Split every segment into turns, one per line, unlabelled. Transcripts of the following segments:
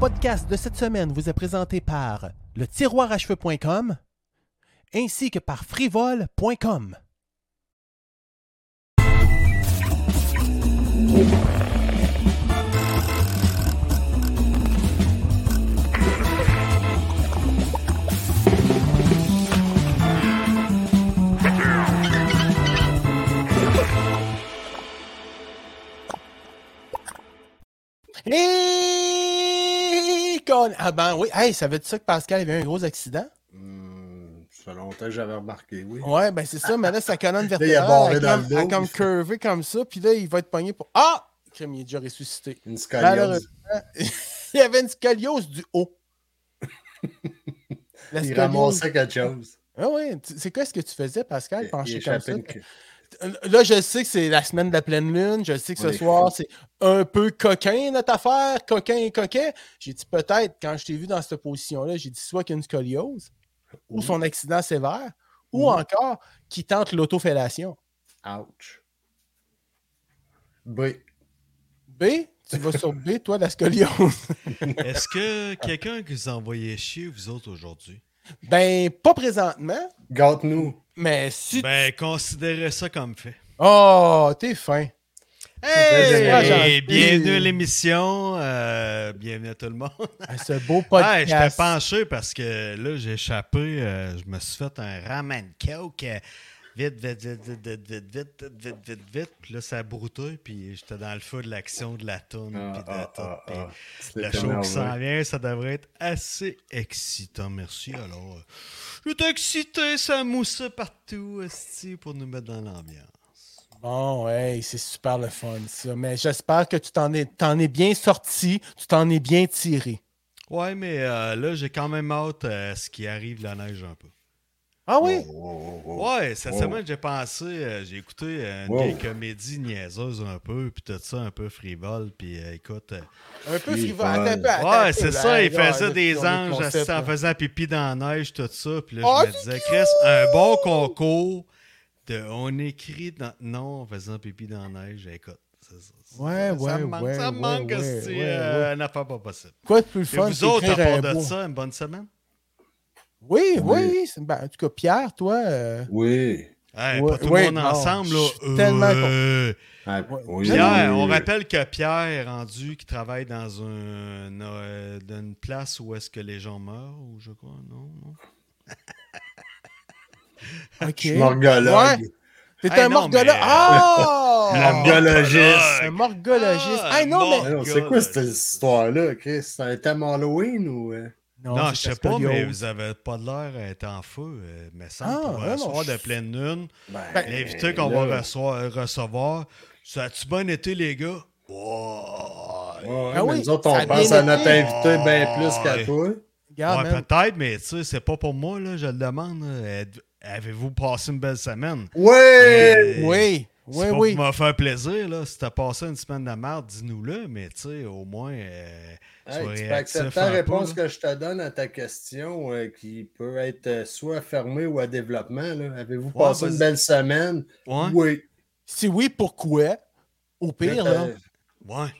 podcast de cette semaine vous est présenté par le tiroir à cheveux.com ainsi que par frivol.com. Et con- Ah ben oui, hey, ça veut dire ça que Pascal avait eu un gros accident?
Hmm, ça fait longtemps que j'avais remarqué, oui.
Ouais, ben c'est ça, mais là, sa colonne
il est
vertébrale
barré
elle
dans le
comme, elle
dos.
comme curvée comme ça, puis là, il va être pogné pour... Ah! Crime, il est déjà ressuscité.
Une
Malheureusement,
scoliose.
il avait une scoliose du haut. La
Il
scoliose-
ramassait quelque chose.
Ah ouais, tu- c'est quoi ce que tu faisais, Pascal, penché
Il
comme
échappait
ça?
une cri-
Là, je sais que c'est la semaine de la pleine lune. Je sais que
On
ce
est
soir, c'est un peu coquin, notre affaire, coquin et coquet. J'ai dit peut-être, quand je t'ai vu dans cette position-là, j'ai dit soit qu'il y a une scoliose, ou
Oui.
son accident sévère, ou
Oui.
encore qu'il tente l'autofellation.
Ouch. Oui.
B, tu vas sur B, toi, la scoliose.
Est-ce que quelqu'un qui vous a envoyé chier, vous autres, aujourd'hui?
ben, pas présentement,
Gâte-nous.
mais si.
Ben, considérez ça comme fait.
Oh, t'es fin.
Très
Hey!
gentil.
Bienvenue à l'émission. euh, bienvenue à tout le monde.
Ah, Ce beau
Ouais,
podcast.
j'étais penché parce que là, j'ai échappé. euh, je me suis fait un ramen coke. euh, Vite, vite, vite, vite, vite, vite, vite, vite, vite, vite, vite. Puis là, ça a brouté, puis j'étais dans le feu de l'action de la tourne,
Ah,
puis de
ah,
tout.
ah,
puis
ah.
La
C'était
show qui
énervé.
s'en vient, ça devrait être assez excitant. Merci. Alors, euh, j'étais excité, ça moussait partout, esti, pour nous mettre dans l'ambiance.
Bon, hey, c'est super le fun, ça. Mais j'espère que tu t'en es, t'en es bien sorti, tu t'en es bien tiré.
Ouais, mais euh, là, j'ai quand même hâte euh, à ce qui arrive la neige un peu.
Ah oui?
Oh, oh, oh, oh.
Ouais, cette
Oh.
semaine, j'ai pensé, euh, j'ai écouté euh, une
Wow.
vieille comédie niaiseuse un peu, puis tout ça, un peu frivole, puis euh, écoute. euh,
Un peu
Oui,
frivole.
ouais.
Attends un peu, attends un
ouais,
peu,
c'est
là.
ça, il
Là,
faisait
là,
des
on est
anges
concept,
assis en
là.
faisant pipi dans la neige, tout ça. Puis là,
Oh,
je me disais, Chris, un bon concours de on écrit dans. Non, en faisant pipi dans la neige, écoute. c'est ça, c'est-
Ouais,
ça
ouais,
me manque,
ouais,
ça me
ouais,
manque,
ouais,
c'est
ouais,
euh, une affaire pas possible.
Quoi de plus
Et
fun
vous autres, à
qu'écrire un
part de
beau-
ça, une bonne semaine?
Oui, oui,
Oui.
oui. c'est- ben, en tout cas, Pierre, toi, euh,
Oui.
Hey,
Ouais,
pas tout
ouais,
le monde
non,
ensemble, là.
je suis tellement
Euh,
Ah,
Ouais.
oui.
Pierre, on rappelle que Pierre est rendu qui travaille dans un, euh, dans une place où est-ce que les gens meurent, ou je crois, non, non?
ok.
Je suis morgologue.
T'es
Hey,
un
non,
morgologue.
mais-
Ah!
Morgolo-
Un morgologiste.
Ah,
Ah, non, mais.
mor-
Ah non, C'est quoi cette histoire-là? Chris? C'est un thème Halloween ou. euh?
Non,
Ah, c'est
je sais
parce
pas,
qu'il y a-
mais vous avez pas de l'air à être en feu, euh, mais ça,
Ah,
pour
ouais,
un soir
non,
de pleine lune,
Ben,
l'invité qu'on va
là.
reçoir- recevoir, ça a-tu bon été, les gars?
Ouais,
Ouais,
ouais,
Ah
mais
oui,
nous autres,
ça a Oh,
on pense
bien
à notre
été.
invité bien plus
Ouais.
qu'à toi.
Regarde,
Ouais,
man.
peut-être, mais tu sais, c'est pas pour moi, là, je le demande. là. Êtes- Avez-vous passé une belle semaine?
Ouais!
Euh,
Oui,
C'est
oui,
pas
oui.
pour me faire plaisir, là. Si t'as passé une semaine de merde, dis-nous-le, mais tu sais, au moins. euh,
Hey,
sois
tu peux
réactif
accepter la
un peu,
réponse
là.
que je te donne à ta question euh, qui peut être euh, soit fermée ou à développement. là. Avez-vous passé
vas-y.
une belle semaine?
Ouais,
Oui.
Si oui, pourquoi? Au pire, là,
Euh,
ouais.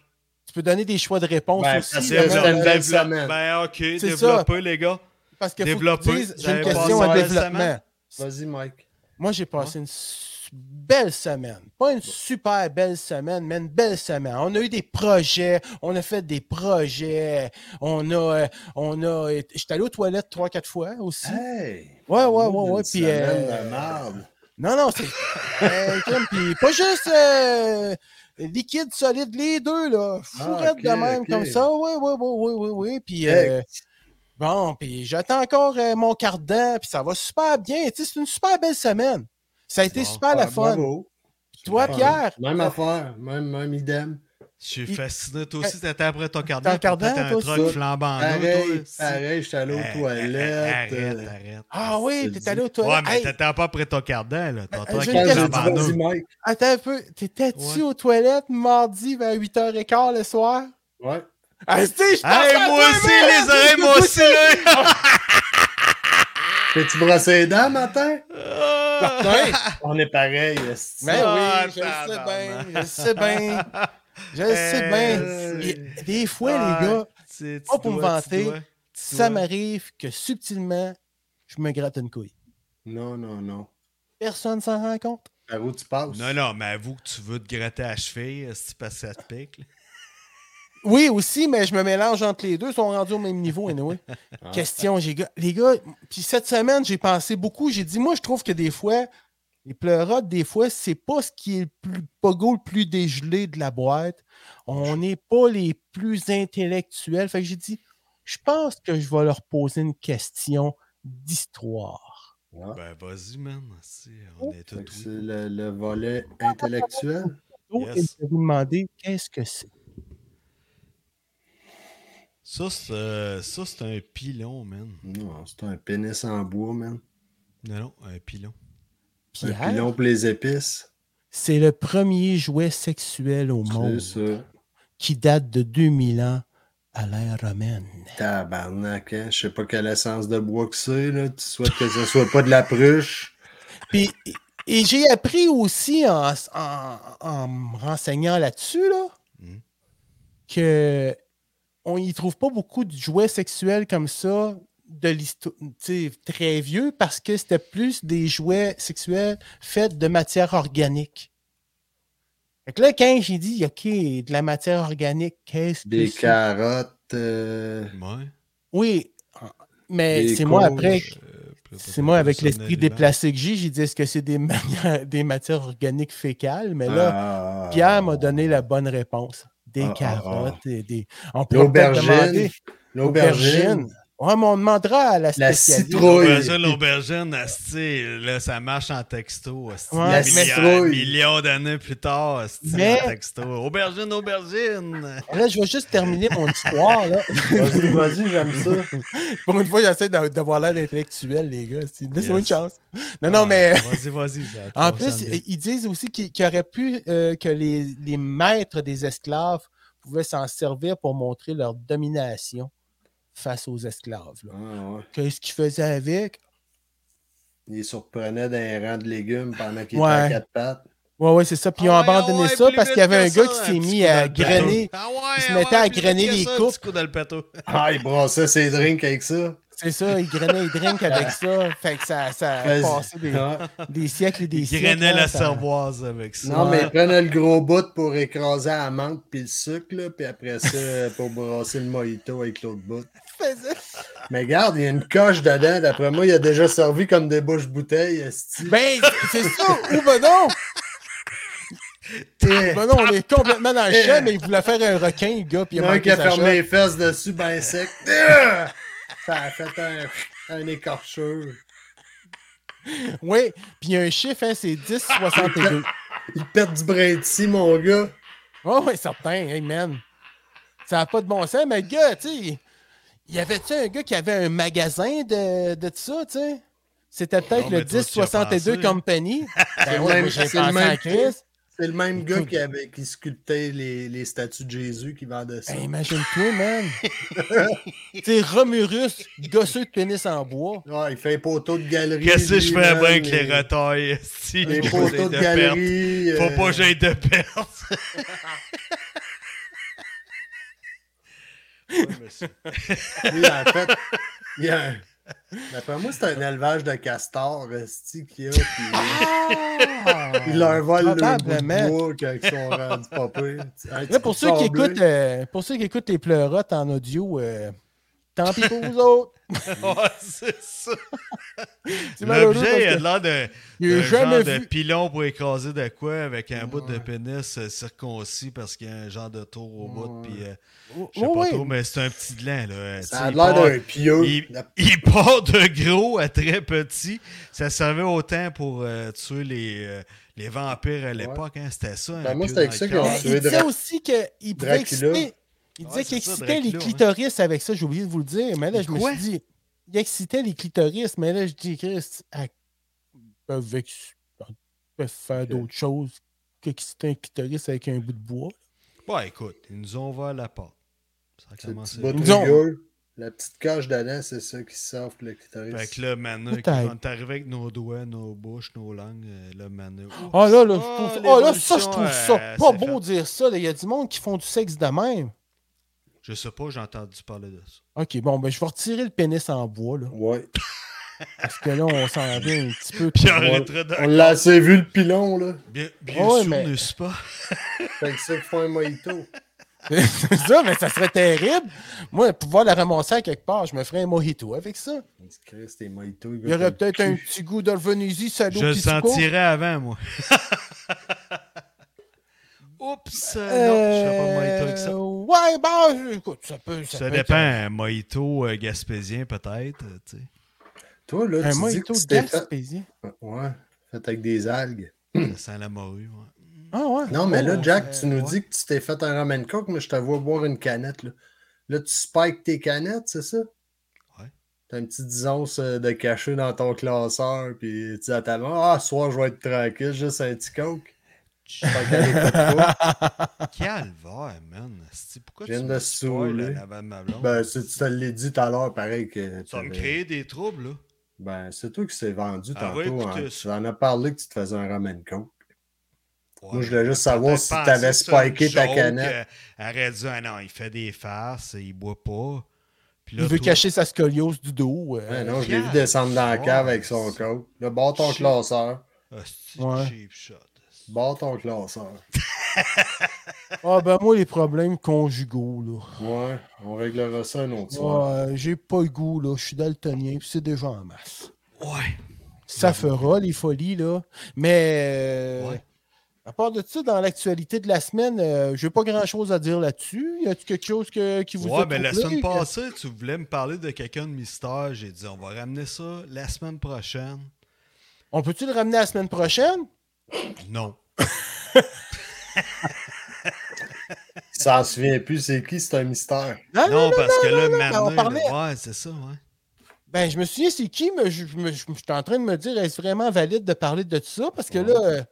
tu peux donner des choix de réponse
Ben,
aussi.
parce que
là,
c'était
man.
une belle semaine.
Ben, ok,
ça.
développez, les gars.
Parce que faut que
Développer.
tu dises, j'ai une
J'avais
question
passé
à
un bel
développement.
semaine.
Vas-y, Mike.
Moi, j'ai passé une s- belle semaine. Pas une super belle semaine, mais une belle semaine. On a eu des projets, on a fait des projets, on a. euh, on a J'étais allé aux toilettes trois, quatre fois aussi.
Hein? Hey!
Ouais, ouais, ouais,
Une
ouais, puis,
semaine
euh,
de merde.
Non, non, c'est. Euh, crime, puis pas juste euh, liquide, solide, les deux, là. Fourette
Ah, ok,
de même,
ok.
comme ça. Oui, oui, oui, oui, oui, oui. Puis.
Hey.
euh, Bon, puis j'attends encore euh, mon cardan, puis ça va super bien. Tu sais, c'est une super belle semaine. Ça a été
Bon,
super la
Ah,
fun.
bravo.
Toi,
Fun.
Pierre,
Même
t'as-
affaire, même, même idem.
Je suis
Il- Euh,
fasciné. Toi aussi, t'étais après ton quart d'heure.
Ton quart d'heure,
t'as
toi
un
aussi.
truc flambant
Ah,
neuf, toi,
Pareil,
aussi.
pareil, j'étais allé
Euh,
aux
euh,
toilettes.
Arrête,
euh,
arrête.
Ah oui,
c'est
t'es allé au
Ouais,
toilette.
mais t'étais pas après ton quart d'heure, là. Ton
Euh,
truc
j'ai
Quand
une
j'ai
est
dit,
question.
flambant neuf.
vas-y, Mike.
attends un peu, t'étais-tu
Ouais.
aux toilettes mardi vers 8h15 le soir?
Ouais.
Ah, si, je
Hey,
pense à
moi
toi,
aussi,
man!
les oreilles, moi aussi, là.
T'es-tu brossé les dents, matin?
Ah.
Ouais,
On est pareil. esti.
Ben oui, je le
Ah,
sais bien,
tabarnak.
je le sais bien. Je le sais bien.
Euh,
Et Des fois,
Ah,
les gars,
tu- tu
pas pour me
dois- tu
vanter,
dois- tu dois.
ça m'arrive que subtilement, je me gratte une couille.
Non, non, non.
Personne s'en rend compte.
Par où tu passes?
Non, non, mais avoue que tu veux te gratter à cheville euh, si tu passes ça te pique. là.
Oui, aussi, mais je me mélange entre les deux. Ils sont rendus au même niveau, anyway.
Ah.
Question, les gars. Les gars, puis cette semaine, j'ai pensé beaucoup. J'ai dit, moi, je trouve que des fois, les pleurotes, des fois, c'est pas ce qui est le plus pogo, le plus dégelé de la boîte. On n'est pas les plus intellectuels. Fait que j'ai dit, je pense que je vais leur poser une question d'histoire.
Ah.
Ben, vas-y, man. Si, on est
Fait que
tous.
C'est le, le volet intellectuel.
Donc,
Yes.
je vais vous demander qu'est-ce que c'est.
Ça, c'est euh, ça, c'est un pilon, man.
Non, c'est un pénis en bois, man.
Non, non, un pilon.
Un
Pierre,
pilon pour les épices.
c'est le premier jouet sexuel au monde
C'est ça.
qui date de 2000 ans à l'ère romaine.
Tabarnak, hein? Je sais pas quelle essence de bois que c'est, là. Tu souhaites que ce soit pas de la pruche.
Puis, et- et j'ai appris aussi en, en- en me renseignant là-dessus là,
Hmm.
Mhm.
que on y trouve pas beaucoup de jouets sexuels comme ça de l'histo- tu sais, très vieux parce que c'était plus des jouets sexuels faits de matière organique. Fait que là, quand j'ai dit, OK, de la matière organique, qu'est-ce que
Des
c'est?
carottes. euh,
Ouais.
Oui, mais
Des
c'est moi
courges.
après
Euh, puis là,
c'est moi, avec
ça, on a
l'esprit
les bancs.
déplacé que j'ai, j'ai dit est-ce que c'est des, manières- des matières organiques fécales? Mais là,
ah,
Pierre m'a donné la bonne réponse. Des
Ah, ah,
carottes et des. On pourrait peut-être
L'aubergine.
demander-
L'aubergine.
Ouais, mais on demandera à la
La
spécialiste.
citrouille.
Ouais, ça, l'aubergine, asti, là, ça marche en texto. asti.
Ouais,
Des
mais-
milliards- millions d'années plus tard, asti,
Mais-
en texto. Aubergine, aubergine!
Là, je vais juste terminer mon histoire. Là.
Vas-y, vas-y, j'aime ça.
Pour une fois, j'essaie d'a- d'avoir l'air intellectuel, les gars. C'est- Laissez-moi
Yes.
une chance. Non, non, mais.
Vas-y, vas-y. ça a
En
trois cents
plus,
mille.
ils disent aussi qu'il qu'il aurait pu euh, que les, les maîtres des esclaves pouvaient s'en servir pour montrer leur domination face aux esclaves. là.
Ah, ouais.
Qu'est-ce qu'ils faisaient avec?
Il les surprenait d'un rang de légumes pendant qu'il
Ouais.
était à quatre pattes.
Ouais, ouais, c'est ça. Puis ils ont
Ah ouais,
abandonné
ah ouais,
ça
plus
parce
vite
qu'il y avait un
que
gars
ça,
qui s'est
petit
mis
coup
à
dans le plateau.
grainer.
Ah ouais,
il se
ah
mettait
ouais,
à
plus
grainer
vite que
les
ça, un
coupes.
petit coup dans le plateau.
Ah, il brassait ses drinks avec ça.
C'est ça, il grenait, il drink avec ça. Fait que ça, ça a
Vas-y.
passé des,
Ah.
des siècles et des
Il
siècles.
grainait
hein,
la
ça-
cervoise avec ça.
Non, mais
Ouais.
il prenait le gros bout pour écraser la menthe puis le sucre, là, puis après ça, euh, pour brasser le mojito avec l'autre bout.
Faisait-
Mais regarde, il y a une coche dedans. D'après moi, il a déjà servi comme des bouches-bouteilles. esti.
Ben, c'est ça, ou ben non!
Ah,
Eh,
Ben non, on est complètement dans le champ, mais il voulait faire un requin, le gars, puis
Il y
il
en
a
a un
manqué
qui a
sa
fermé
shot.
les fesses dessus, ben sec. Eh! Ça a fait un, un écorcheur.
Oui, puis il y a un chiffre, hein, c'est 10,62.
Il pète du brin ici, mon gars.
Oh, oui, certain, hey man. Ça n'a pas de bon sens, mais le gars, tu sais, il y avait-tu un gars qui avait un magasin de, de tout ça, tu sais? C'était peut-être le
Non, mais toi, tu y as
1062
pensé.
Company.
C'est
Ben
le
ouais,
même-
moi, j'ai
c'est le
pensé
même
à Chris.
C'est le même gars
Écoute.
qui, avait, qui sculptait les, les statues de Jésus qui vendait ça.
Hey, Ben, imagine-toi, man. tu sais, Romurus, gosseux de pénis en bois.
Ouais, Ah, il fait les poteaux de galerie.
Qu'est-ce que je
lui,
fais
man,
bien avec
les-
les retailles? Si,
Les
faut
poteaux de galerie.
Faut
euh,
pas que j'aille de perte.
Oui, en fait, il y a un- D'après moi, c'est un élevage de castors, esti, qu'il y a. puis il leur vole le bout de
Ah, Probablement.
bois quand ils sont rendus pas pires. Hey, tu
Là,
peux
pour, ceux qui
sabler.
écoutent, euh, pour ceux qui écoutent les pleurotes en audio, euh, tant pis pour vous autres.
Ouais, c'est ça.
C'est malheureux
L'objet
parce
a
que
l'air de.
il est
d'un
jamais
genre de
vu.
pilon pour écraser de quoi avec un bout de pénis euh, circoncis parce qu'il y a un genre de tour au
Ouais.
bout. Puis, euh,
Oh,
je sais
oui.
pas trop, mais c'est un petit gland. Là. euh,
Ça a
tu sais, il
l'air
part-
d'un pieux.
Il,
La-
il part de gros à très petit. Ça servait autant pour euh, tuer les, euh, les vampires à l'époque. hein, C'était ça. un
Ben, moi,
pieu
c'était avec
dans
ça
le
qu'ils ont
corps.
Mais
tué
il disait
Dra-
aussi qu'il pouvait
Dracula.
exciter. Il disait
Ouais,
qu'il
c'est ça,
excitait les
Dracula, ouais.
clitoris avec ça. J'ai oublié de vous le dire. Mais là, je me
Quoi?
suis dit, il excitait les clitoris. Mais là, je dis, Chris, ils peuvent, ex- ils peuvent faire d'autres choses qu'exciter un clitoris avec un bout de bois.
Ouais, écoute, ils Bah, nous ont ouvert la porte. Ça a
C'est un petit
commencé.
bout
Disons.
rugueux. La petite coche dedans, c'est ça qui sauve le clitoris.
Fait que là, Manu,
Peut-être.
quand t'arrives avec nos doigts, nos bouches, nos langues, euh, là, Manu.
Ah là, là, je trouve, ah, là ça, je
l'évolution,
trouve ça
euh,
pas
c'est
beau
fait.
dire ça. là. Il y a du monde qui font du sexe de même.
Je sais pas, j'ai entendu parler de ça.
OK, bon, ben je vais retirer le pénis en bois, là.
Ouais.
Parce que là, on s'en vient un petit peu.
Puis
trop
on
loin.
arrêtera de.
On l'a assez vu le pilon, là.
Bien, bien
Ah ouais,
sûr,
mais-
n'est-ce pas?
Fait que ça qu'ils font un mojito.
C'est ça, mais ça serait terrible. Moi, pouvoir la ramasser à quelque part, je me ferais un mojito avec ça.
On se crée, c'était mojito.
Il y aurait peut-être un petit goût de Venise, salaud,
Je le
pisco.
sentirais avant, moi. Oups! euh, Non, je serais pas mojito avec ça.
Euh, Ouais, ben, écoute, ça peut. Ça,
Ça
peut être
dépend, un mojito euh, gaspésien peut-être, euh, tu sais.
Toi, là,
Un
tu dis que
mojito
c'était fait...
gaspésien.
Ouais, fait avec des algues.
Hmm.
Ça sent la morue, ouais.
Ah ouais.
Non, mais là,
Oh,
Jack,
euh,
tu nous
ouais.
dis que tu t'es fait un ramen coke, mais je te vois boire une canette, là. Là, tu spikes tes canettes, c'est ça?
Ouais.
T'as une petite disonce euh, de cachet dans ton classeur, puis tu dis à ta maman, ah, ce soir, je vais être tranquille, juste un petit coke. Je sais pas qu'elle écoute pas.
Calvaire, man. Asti, Pourquoi
Je viens
tu
de
me spoil
saouler.
la- la- ma blonde?
Ben, c'est- tu te l'as dit tout à l'heure, pareil que.
Ça va me
t'avais-
créer des troubles, là.
Ben, c'est toi qui s'est vendu
Ah ouais,
tantôt. hein.
écoutez,
Tu en as parlé que tu te faisais un ramen coke.
Ouais,
Moi, je voulais juste
j'aurais
savoir
peut-être
si
pensé
t'avais
que c'était une
spiké ta
joke,
canette.
euh, aurait dit, ah non, il fait des farces, il boit pas. Puis là,
Il veut
toi-
cacher sa scoliose du dos. euh,
Ouais, Hein, non, je l'ai vu
Pierre,
descendre dans la
Ben, ouais,
cave avec son
c'est-
coke. Là, barre ton
Shit.
classeur.
Asti,
Ouais.
Ah, cheap shot.
Barre ton classeur.
Ah ben moi, les problèmes conjugaux, là.
Ouais, on réglera ça un autre soir.
Ah, euh, j'ai pas le goût, là. Je suis daltonien, puis c'est déjà en masse.
Ouais.
Ça fera les folies, là. Mais euh,
Ouais.
à part de ça, dans l'actualité de la semaine, euh, j'ai pas grand-chose à dire là-dessus. Y a-t-il quelque chose que, qui vous
ouais,
a
mais la
troublé?
semaine passée, tu voulais me parler de quelqu'un de mystère. J'ai dit, on va ramener ça la semaine prochaine.
On peut-tu le ramener la semaine prochaine?
Non.
Ça se souvient plus, c'est qui, c'est un mystère.
Non, Ah, non,
Non,
non.
ben- parce que là,
non, mais on
Manu,
parlait-
là, ouais, c'est ça, ouais.
Ben, je me souviens c'est qui, mais je je me- je- je suis en train de me dire, est-ce vraiment valide de parler de ça? Parce que là, euh,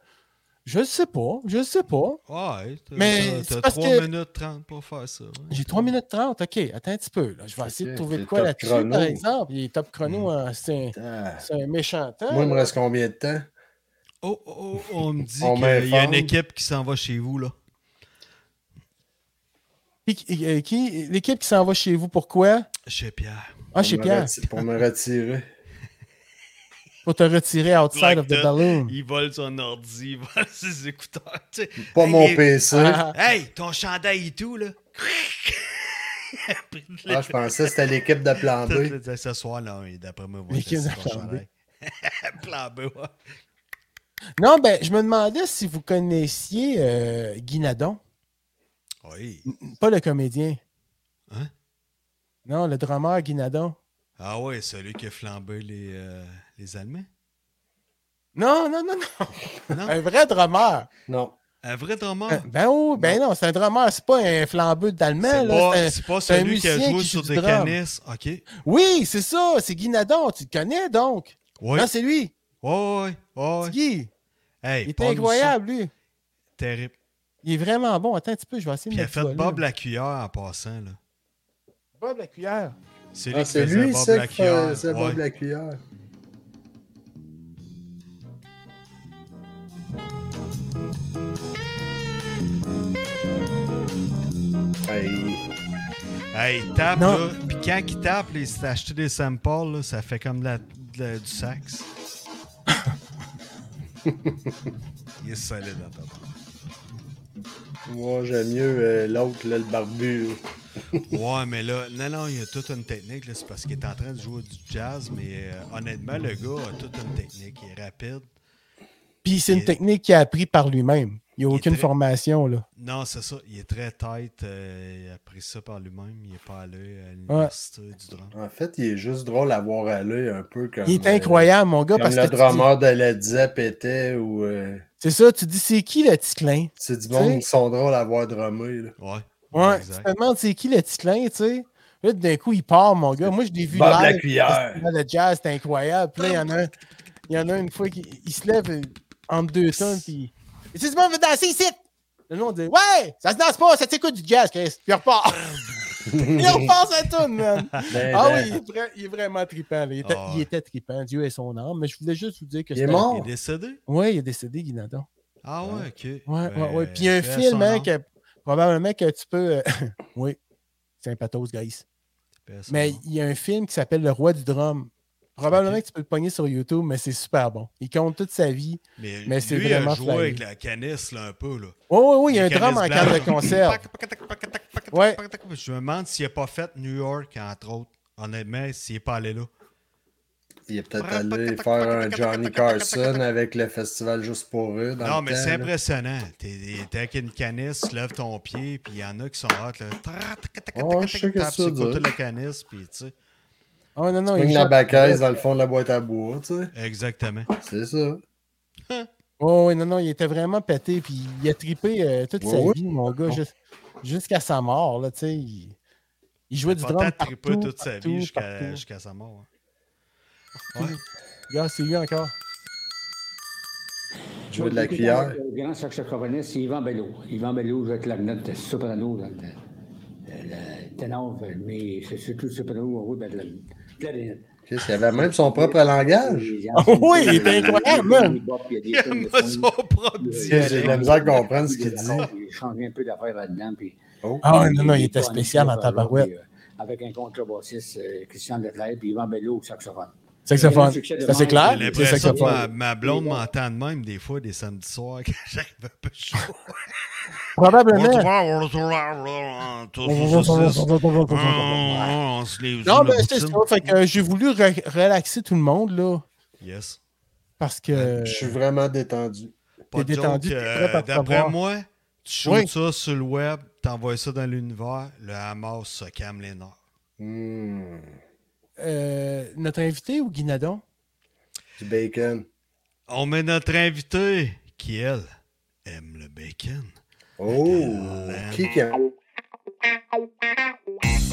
je le sais pas, je le sais pas.
Ouais, t'as-
Mais
t'as-
c'est
t'as
parce
3
que-
minutes 30 pour faire ça. ouais.
J'ai 3 minutes 30, ok, attends un petit peu. là. Je vais essayer de
Ok,
trouver de
c'est
quoi
top
là-dessus,
chrono.
par exemple. Il est top chrono, hein, c'est un-
Ah.
c'est un, méchant temps.
Moi, il me reste combien de temps?
Oh, oh, oh, on me dit
On
qu'il y a
m'informe.
une équipe qui s'en va chez vous, là.
Puis, euh, qui- L'équipe qui s'en va chez vous, pourquoi?
Chez Pierre.
Ah,
Pour
chez
me
Pierre,
reti- Pour me retirer.
pour te retirer outside
Like
of the
that.
balloon.
Il vole son ordi, il vole ses écouteurs. tu sais.
Pas
Hey,
mon
il-
PC. Ah,
Ah,
Hey, ton chandail et tout, là. Après,
Ah, je pensais que c'était l'équipe de plan B.
tous les accessoires, là, et d'après moi, moi,
L'équipe
c'est
de
ton
plan B.
chandail. plan B, ouais.
non, ben, je me demandais si vous connaissiez euh, Guinadon,
Oui.
pas le comédien.
Hein?
Non, le drameur Guinadon.
Ah ouais, celui qui a flambé les, euh, les Allemands.
Non, non, non, non.
Non? Ah.
Un vrai drameur.
Non.
Un vrai
Euh,
drummer.
Ben oh, ben non, c'est un drameur, c'est pas un flambeux d'allemand.
C'est
ben, là, c'est
pas,
un-
c'est pas
c'est un
celui qui a
musicien
joué
qui
sur
joue du
des
drum.
canisses. OK.
Oui, c'est ça, c'est Guinadon, tu le connais donc.
Oui.
Non, c'est lui,
Ouais, ouais, ouais.
c'est Guy.
Hey,
Il était
parle-nous
incroyable, lui.
ça. Terrible.
Il est vraiment bon. Attends un petit peu, je vais essayer
Puis il
de
a
mettre
fait
ça, là.
Bob la cuillère en passant, là.
Bob la cuillère.
C'est
Ah,
lui qui
c'est
faisait
lui,
Bob
ça,
la
qui
cuillère.
faisait
ouais.
Bob la cuillère. Hey.
Hey, il tape,
Non.
là. Puis quand il tape, là, il s'est acheté des samples, là, ça fait comme de la- de la- du sax. il est solide en temps.
Moi, j'aime mieux euh, l'autre, là, le barbu.
Ouais, mais là, non, non, il a toute une technique, là. C'est parce qu'il est en train de jouer du jazz, mais euh, honnêtement, le gars a toute une technique. Il est rapide.
Puis c'est une
Il-
technique qu'il a appris par lui-même. Il n'y a
est
aucune
très-
formation, là.
Non, c'est ça. Il est très tight. euh, il a pris ça par lui-même. Il est pas allé à l'université du drum.
En fait, il est juste drôle à voir aller un peu comme.
Il est
euh,
incroyable, mon gars,
Comme
parce
le
que. tu dis-
drummer de Led Zepp était ou. euh,
C'est ça, tu dis, c'est qui le ticlin?
c'est du
Tu sais.
monde qui sont drôles à voir drummer. là.
Ouais.
Ouais, tu
Exact.
te demandes, c'est qui le ticlin, tu sais? Là, d'un coup, il part, mon gars. Moi, je l'ai vu
Bob la
live,
cuillère.
dans Le jazz, c'est incroyable. Puis là, il y en a un, il y en a une fois qu'il il se lève euh, entre deux tonnes, puis. Et si ce monde veut danser ici! Le nom dit, ouais, ça se danse pas, ça t'écoute du jazz, Chris. Puis il repart. Il repasse à tout, man.
Ben,
Ah
ben,
oui, il est, vra- il est vraiment trippant. là. Il était,
Ah
il
ouais.
était trippant, Dieu est son âme. Mais je voulais juste vous dire que
Il est
c'était-
mort.
Il est décédé?
Ouais, il est décédé, Guy Nanton.
Ah ouais, ok.
Ouais,
Ben,
ouais, ouais. Puis il y a un
paix à
film,
son
hein,
âme,
que probablement que tu peux. euh, oui, c'est un pathos, guys.
paix à son
Mais
âme.
il y a un film qui s'appelle Le Roi du Drum. Probablement
Ok.
que tu peux le pogner sur YouTube, mais c'est super bon. Il compte toute sa vie.
Mais,
mais c'est
lui, il a
vraiment
joué
flyé.
avec la canisse, là, un peu, là.
Oui, oui, oui, il y a un
Les
drum en
canisses
canne de
blanches.
conserve.
Pac, pac, tac, pac, tac, pac, tac,
Ouais.
pac, tac. Je me demande s'il n'a pas fait New York, entre autres. Honnêtement, s'il n'est pas allé là.
Il est peut-être allé faire un Johnny Carson avec le festival juste pour eux. Dans
non,
le
mais
temps,
c'est
là.
impressionnant. T'es t'es avec une canisse, lève ton pied, puis il y en a qui sont hot, là. Tra- tac, tac, tac,
Ouais, je sais
tac,
que
tape
ça
sur le côté
dure.
de la canisse, puis tu sais.
Oh non, non,
Pogne
il
la
chope.
bacaise dans le fond de la boîte à bois, tu sais.
Exactement.
C'est ça.
Oh, oui, non, non, il était vraiment pété. Puis il a trippé euh, toute sa
Ouais, ouais.
vie, mon gars, jus- jusqu'à sa mort, là, tu sais. Il, il jouait du
Pas
drum
tant
partout,
trippé toute sa
partout,
vie
partout.
jusqu'à jusqu'à sa mort. hein. Ouais.
Regarde, c'est lui encore.
Jouer de la cuillère.
Le euh, grand saxophoniste, c'est Yvan Bello. Yvan Bello joue avec la note de soprano dans le, le ténor, mais c'est surtout le soprano, oui, ben, de la clarinette.
Qu'est-ce qu'il avait même son propre langage.
Ah oui, il était incroyable, man.
Il aime pas son propre
Qu'est-ce que J'ai de la
dialecte.
misère à comprendre ce qu'il dit.
Il change un peu d'affaires là-dedans. Puis,
Oh.
Ah non, non, il était spécial en
Puis,
tabarouette.
euh, Avec un contrebassiste, euh, Christian Leclerc, puis Yvan Bello au saxophone.
Saxophone.
Il y a un succès de
C'est assez
même.
clair?
J'ai
C'est
l'impression que ma,
saxophone.
ma blonde m'entend de même des fois des samedis soirs quand j'arrive un peu chaud.
Probablement.
On se livre
Non,
une
mais c'est
routine.
ça. Fait que euh, j'ai voulu re- relaxer tout le monde, là,
Yes.
parce que...
Je suis vraiment détendu.
Pas de
T'es
joke,
détendu, t'es
euh,
prêt à
D'après
recevoir.
moi, tu shoots
Oui.
ça sur le web, t'envoies ça dans l'univers, le Hamas se calme les nerfs.
Hmm.
euh, notre invité ou Guinadon?
Du bacon.
On met notre invitée, qui elle, aime le bacon.
Oh! Qui qui a...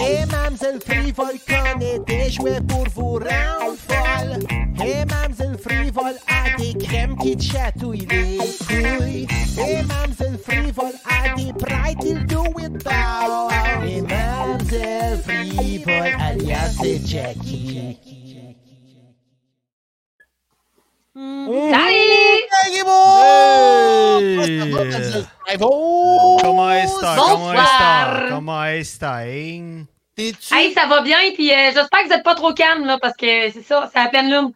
Et Mamsel Frivol connaît des jouets pour vous rendre folle. Et Mamsel Frivol a des crèmes qui te chatouillent les couilles. Et Mamsel Frivol a des prides, il do it all. Et Mamsel Frivol alias c'est Jackie.
Salut!
Hey, bon!
Hey!
Ça va, Mademoiselle Frivol?
Comment est-ce Comment
Bonsoir.
est-ce Comment est-ce
T'es-tu-
Hey, ça va bien, puis euh, j'espère que vous n'êtes pas trop calme, là, parce que c'est ça, c'est à pleine lune.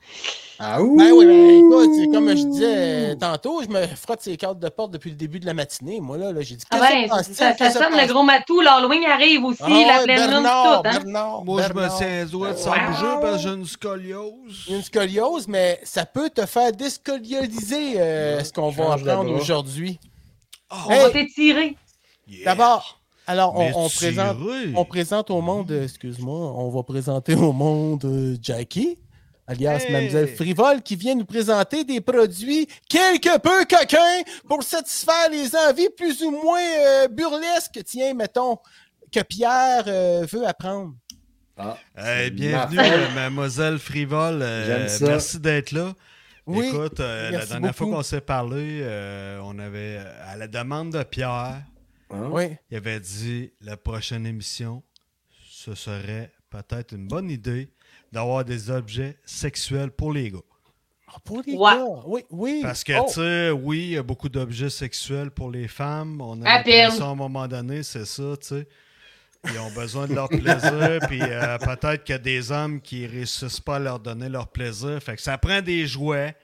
Ah ouh!
Ben oui, ben écoute, c'est comme je disais euh, tantôt, je me frotte ces cartes de porte depuis le début de la matinée. Moi, là, là, j'ai dit...
Ah
qu'est-ce
ouais,
que pense-t-il?
ça, ça
Qu'est-ce que
sonne le
pense-
gros matou, l'Halloween arrive aussi,
Ah ouais,
la pleine lune,
Bernard,
tout, hein.
Bernard,
Moi, je me
Oh, Bernard.
tiens les doigts de sans
Wow.
bouger parce que j'ai une
Il y a une
scoliose.
scoliose, mais ça peut te faire déscolioliser euh, ce qu'on va
change de
apprendre
bras.
aujourd'hui.
Oh,
On va
Hey!
s'étirer.
yeah.
D'abord, alors on,
Mais
on
tu
présente,
ris.
on présente au monde, euh, excuse-moi, on va présenter au monde euh, Jackie, alias
Hey!
Mademoiselle Frivole, qui vient nous présenter des produits quelque peu coquins pour satisfaire les envies plus ou moins euh, burlesques, tiens, mettons, que Pierre euh, veut apprendre.
Ah,
Hey,
c'est
Eh, bienvenue,
ma faute.
euh, mademoiselle Frivole. euh,
J'aime ça.
merci d'être là.
Oui,
Écoute, euh, la
merci
dernière
beaucoup.
fois qu'on s'est parlé, euh, on avait, euh, à la demande de Pierre,
Hein?
Oui.
il avait dit la prochaine émission, ce serait peut-être une bonne idée d'avoir des objets sexuels pour les gars.
Ah, pour les
Ouais.
gars, oui, oui.
Parce que,
Oh,
tu sais, oui, il y a beaucoup d'objets sexuels pour les femmes. On a
À
l'impression à un moment donné, c'est ça, tu sais. Ils ont besoin de leur plaisir, puis euh, peut-être qu'il y a des hommes qui réussissent pas à leur donner leur plaisir. Fait que ça prend des jouets.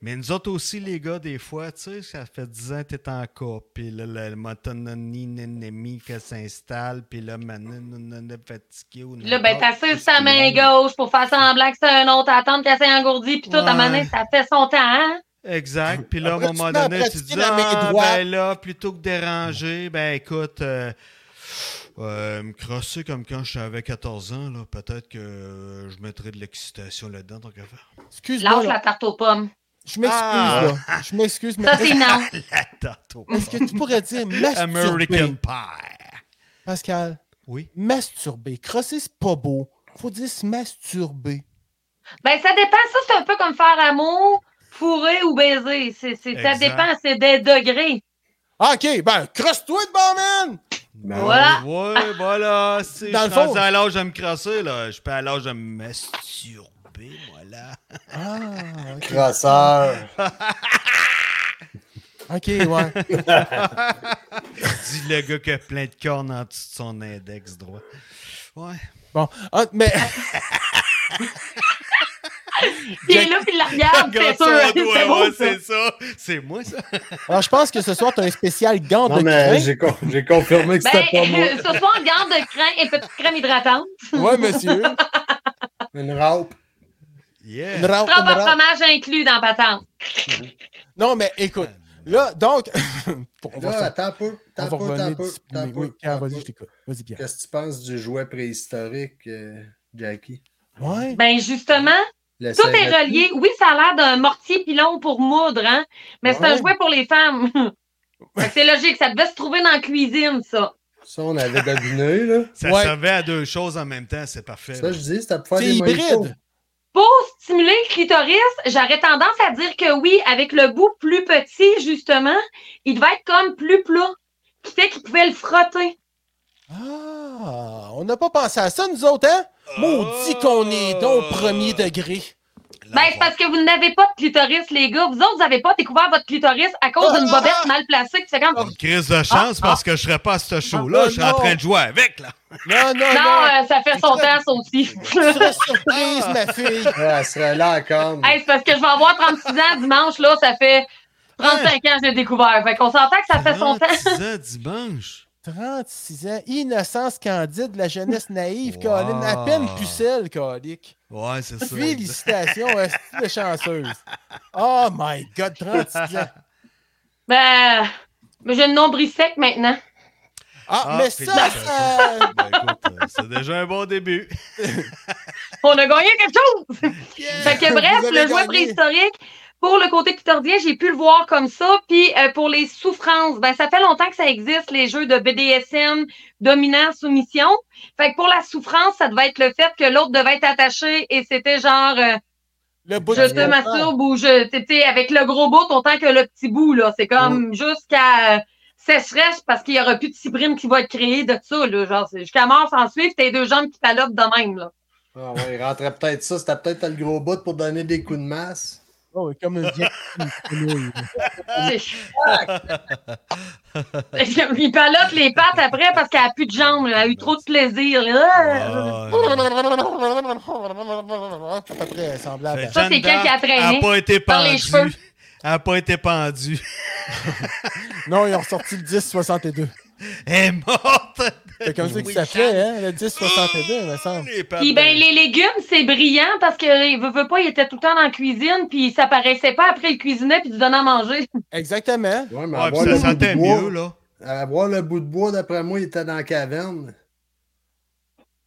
Mais nous autres aussi, les gars, des fois, tu sais, ça fait 10 ans que t'es en couple, puis là, la- la monotonie, nénémie qui s'installe, puis là, maintenant, on est fatigué. ou
Puis Là, ben,
n'importe,
t'assures
c'est
ta
ce
main
qu'il y a.
gauche pour faire semblant que c'est un autre, attendre qu'elle s'est engourdie, puis tout, à un moment donné,
Ouais.
ça fait son temps, hein?
Exact. Puis là, à un
Après, tu
moment
te mets à
donné, tu
pratiquer
dis,
la main
ah,
droite.
ben là, plutôt que déranger, ben écoute, euh, euh, me crosser comme quand j'avais 14 ans, là, peut-être que euh, je mettrais de l'excitation là-dedans, tant qu'à faire.
Excuse-moi,
Lâche la
là.
tarte aux pommes.
je m'excuse,
Ah.
là. Je m'excuse, mais
Ça, c'est non.
La tarte au
est-ce que tu pourrais dire
American
masturber,
Pie.
Pascal?
Oui.
Masturber. Crosser, c'est pas beau. Faut dire se masturber.
Ben, ça dépend. Ça, c'est un peu comme faire amour, fourrer ou baiser. C'est, c'est- ça
Exact.
dépend, c'est des degrés.
Ah, OK, ben, crosse-toi de bon, man!
Non.
Voilà.
Ouais, voilà. Si
Dans
je
le
suis rendu
fond-
à l'âge de me crasser, là. Je suis pas à l'âge de me masturber, voilà.
Ah, ok.
Crosseur.
Ah, Ok, ouais.
Dis le gars qui a plein de cornes en dessous de son index droit. Ouais.
Bon. Ah, mais.
Il est là, puis il la regarde, c'est sûr.
Grosso modo, ouais,
Ah, C'est beau, ça.
c'est ça. C'est moi, ça.
Alors, je pense que ce soir, tu as un spécial gant
Non,
de
mais
crin.
j'ai con- j'ai confirmé que
Ben,
c'était pas moi.
ce soir, garde de crème et petite crème hydratante.
Ouais, monsieur.
Une raupe.
Yeah.
Une raupe,
Trois
une raupe.
par fromage inclus dans la patente.
Non, mais écoute. Là, donc. pour- on va
Là,
s'en-
attends un peu.
on va
Attends un peu, attends un
revenir
peu.
d'ici-
attends un
Oui,
peu,
Pierre,
attends un
vas-y,
peu.
je t'écoute. Vas-y, Pierre.
Qu'est-ce que tu penses du jouet préhistorique, euh, Jackie?
Ouais.
Ben, justement,
Le
tout est
savais-tu?
relié. Oui, ça a l'air d'un mortier pilon pour moudre, hein, mais c'est un
Ouais.
jouet pour les femmes. Fait que c'est logique, ça devait se trouver dans la cuisine, ça.
Ça, on avait deviné, là.
Ça
Ouais.
servait à deux choses en même temps, c'est parfait.
Ça, je dis, c'était pour faire
C'est
des
hybride.
mojitos.
Pour stimuler le clitoris, j'aurais tendance à dire que oui, avec le bout plus petit, justement, il devait être comme plus plat, qui fait qu'il pouvait le frotter.
Ah, on n'a pas pensé à ça, nous autres, hein? Maudit qu'on
Ah.
est
Euh.
donc au premier degré.
Ben, c'est parce que vous n'avez pas de clitoris, les gars. Vous autres, vous n'avez pas découvert votre clitoris à cause d'une bobette mal placée. qui fait comme...
Une crise de chance
Ah,
parce que je serais pas à ce show-là.
Ah,
oh,
je serais en
non.
train de jouer avec, là.
Non, non,
Non,
non.
euh, ça fait son temps, ça aussi.
Tu serais surprise, ma fille.
Ouais, elle serait là encore. mais-
Hey, c'est parce que je vais avoir 36 ans dimanche, là, ça fait 35 ans que j'ai découvert. Fait qu'on s'entend que ça fait son temps.
36 ans dimanche.
36 ans, innocence candide, la jeunesse naïve,
Wow.
Colin. À peine pucelle, Colique.
Ouais, c'est ça.
Félicitations, est de chanceuse. Oh my God, 36 ans.
Ben, mais j'ai une nombril sec maintenant.
Ah,
Ah,
mais ça,
félicitations.
ça-
Ben, écoute, euh, c'est déjà un bon début.
On a gagné quelque chose! Fait que
Vous
bref,
avez
le
gagné.
jouet préhistorique, pour le côté clitoridien, j'ai pu le voir comme ça. Puis euh, pour les souffrances, ben ça fait longtemps que ça existe, les jeux de BDSM, dominant, soumission. Fait que pour la souffrance, ça devait être le fait que l'autre devait être attaché et c'était genre euh,
le bout
je te masturbe ou je t'sais, t'sais, avec le gros bout autant que le petit bout là c'est comme jusqu'à euh, sécheresse parce qu'il y aura plus de cyprine qui va être créée de ça là genre c'est jusqu'à mort sans suivre t'as les deux jambes qui palopent de même là
Ah ouais, il rentrait peut-être ça. C'était peut-être le gros bout pour donner des coups de masse.
Oh, comme une vieille grenouille.
Ah,
C'est- il palope les pattes après parce qu'elle a plus de jambes là. elle a eu trop de plaisir là.
Ah,
À peu près semblable. à-
Fait que
Ça, c'est
Jeanne
quelqu'un qui a
d'Arc
traîné
a pas été
par les cheveux.
pendue. Elle a pas été pendue.
Non, ils ont sorti le 1062.
Elle est morte.
C'est comme ça
Oui,
qu'il s'appelait, hein? Le 1062,
Oh!
il me semble.
Les pattes
Puis ben les légumes, c'est brillant parce que euh, veut, veut pas, il était tout le temps dans la cuisine, puis ça paraissait pas après il cuisinait puis il donnait à manger.
Exactement.
Ouais, mais
Ouais, puis
avoir, le
ça
bout de
sentait
bois,
mieux, là.
avoir le bout de bois, d'après moi, il était dans la caverne.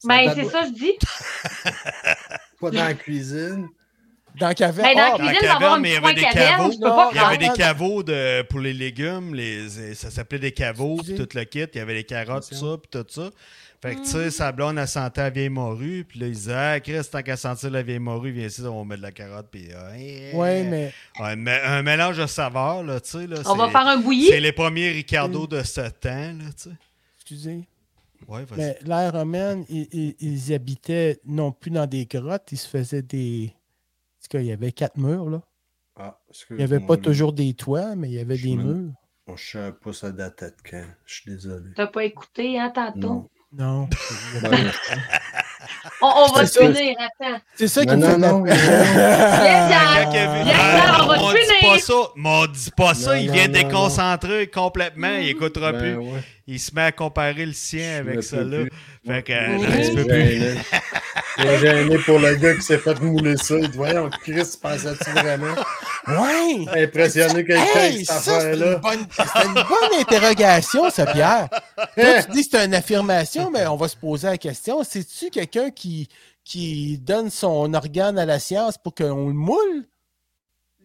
Ben,
Ça
c'est
doit-
ça, je dis.
Pas dans la cuisine.
Dans la caverne.
Ben, dans la
Ah,
cuisine,
cuisine, d'avoir
caverne,
une
mais il y
coin
avait des caveaux.
caverne, je peux
Non,
pas
Il y avait
prendre.
des caveaux de, pour les légumes, les, ça s'appelait des caveaux, puis tout le kit. Il y avait les carottes, tout ça, puis tout ça. Fait que,
Hmm.
tu sais, sa blonde, elle sentait la vieille morue, puis là, il disait, ah, Chris, tant qu'elle sentait la vieille morue, viens ici, on va mettre de la carotte, puis. ah, eh, eh.
Ouais, mais.
Un, mé- un mélange de saveurs, là, tu sais. là,
On va
c'est-
faire un
C'est
bouilli.
les premiers
Hmm.
Ricardo de ce temps, là, tu sais.
Excusez.
Ouais, vas-y.
Mais l'ère romaine, ils, ils- ils habitaient non plus dans des grottes, ils se faisaient des. En tout cas, il y avait quatre murs, là.
Ah,
Il n'y avait pas toujours des toits, mais il y avait
Je
des
me-
murs.
Je sais pas ça datait de quand. Je suis désolé.
T'as pas écouté, hein, tantôt.
Non.
Non.
Ouais.
On, on va
C'est
te punir, attends.
C'est ça qui
Non,
me fait
non,
de la-
non, non.
Viens,
Quand
Pierre.
il a vu-
Viens,
Ah,
on va te
on dit
punir.
pas ça, mais on dit pas ça,
Non,
il
non,
vient
non,
déconcentrer complètement, il écoutera plus.
Ben ouais,
Il se met à comparer le sien
me
avec
peux
celui-là.
plus.
Fait que euh,
Oui.
non, tu
j'ai
peux plus.
gêné. J'ai gêné pour le gars qui s'est fait mouler ça. Il dit Voyons, Chris, pensais-tu vraiment
Ouais!
impressionner quelqu'un
Hey,
avec cette
ça, c'est une,
affaire-là
bonne... c'est une bonne interrogation, ça, Pierre. Toi, tu dis que c'est une affirmation, mais on va se poser la question. C'est-tu quelqu'un qui... qui donne son organe à la science pour qu'on le moule?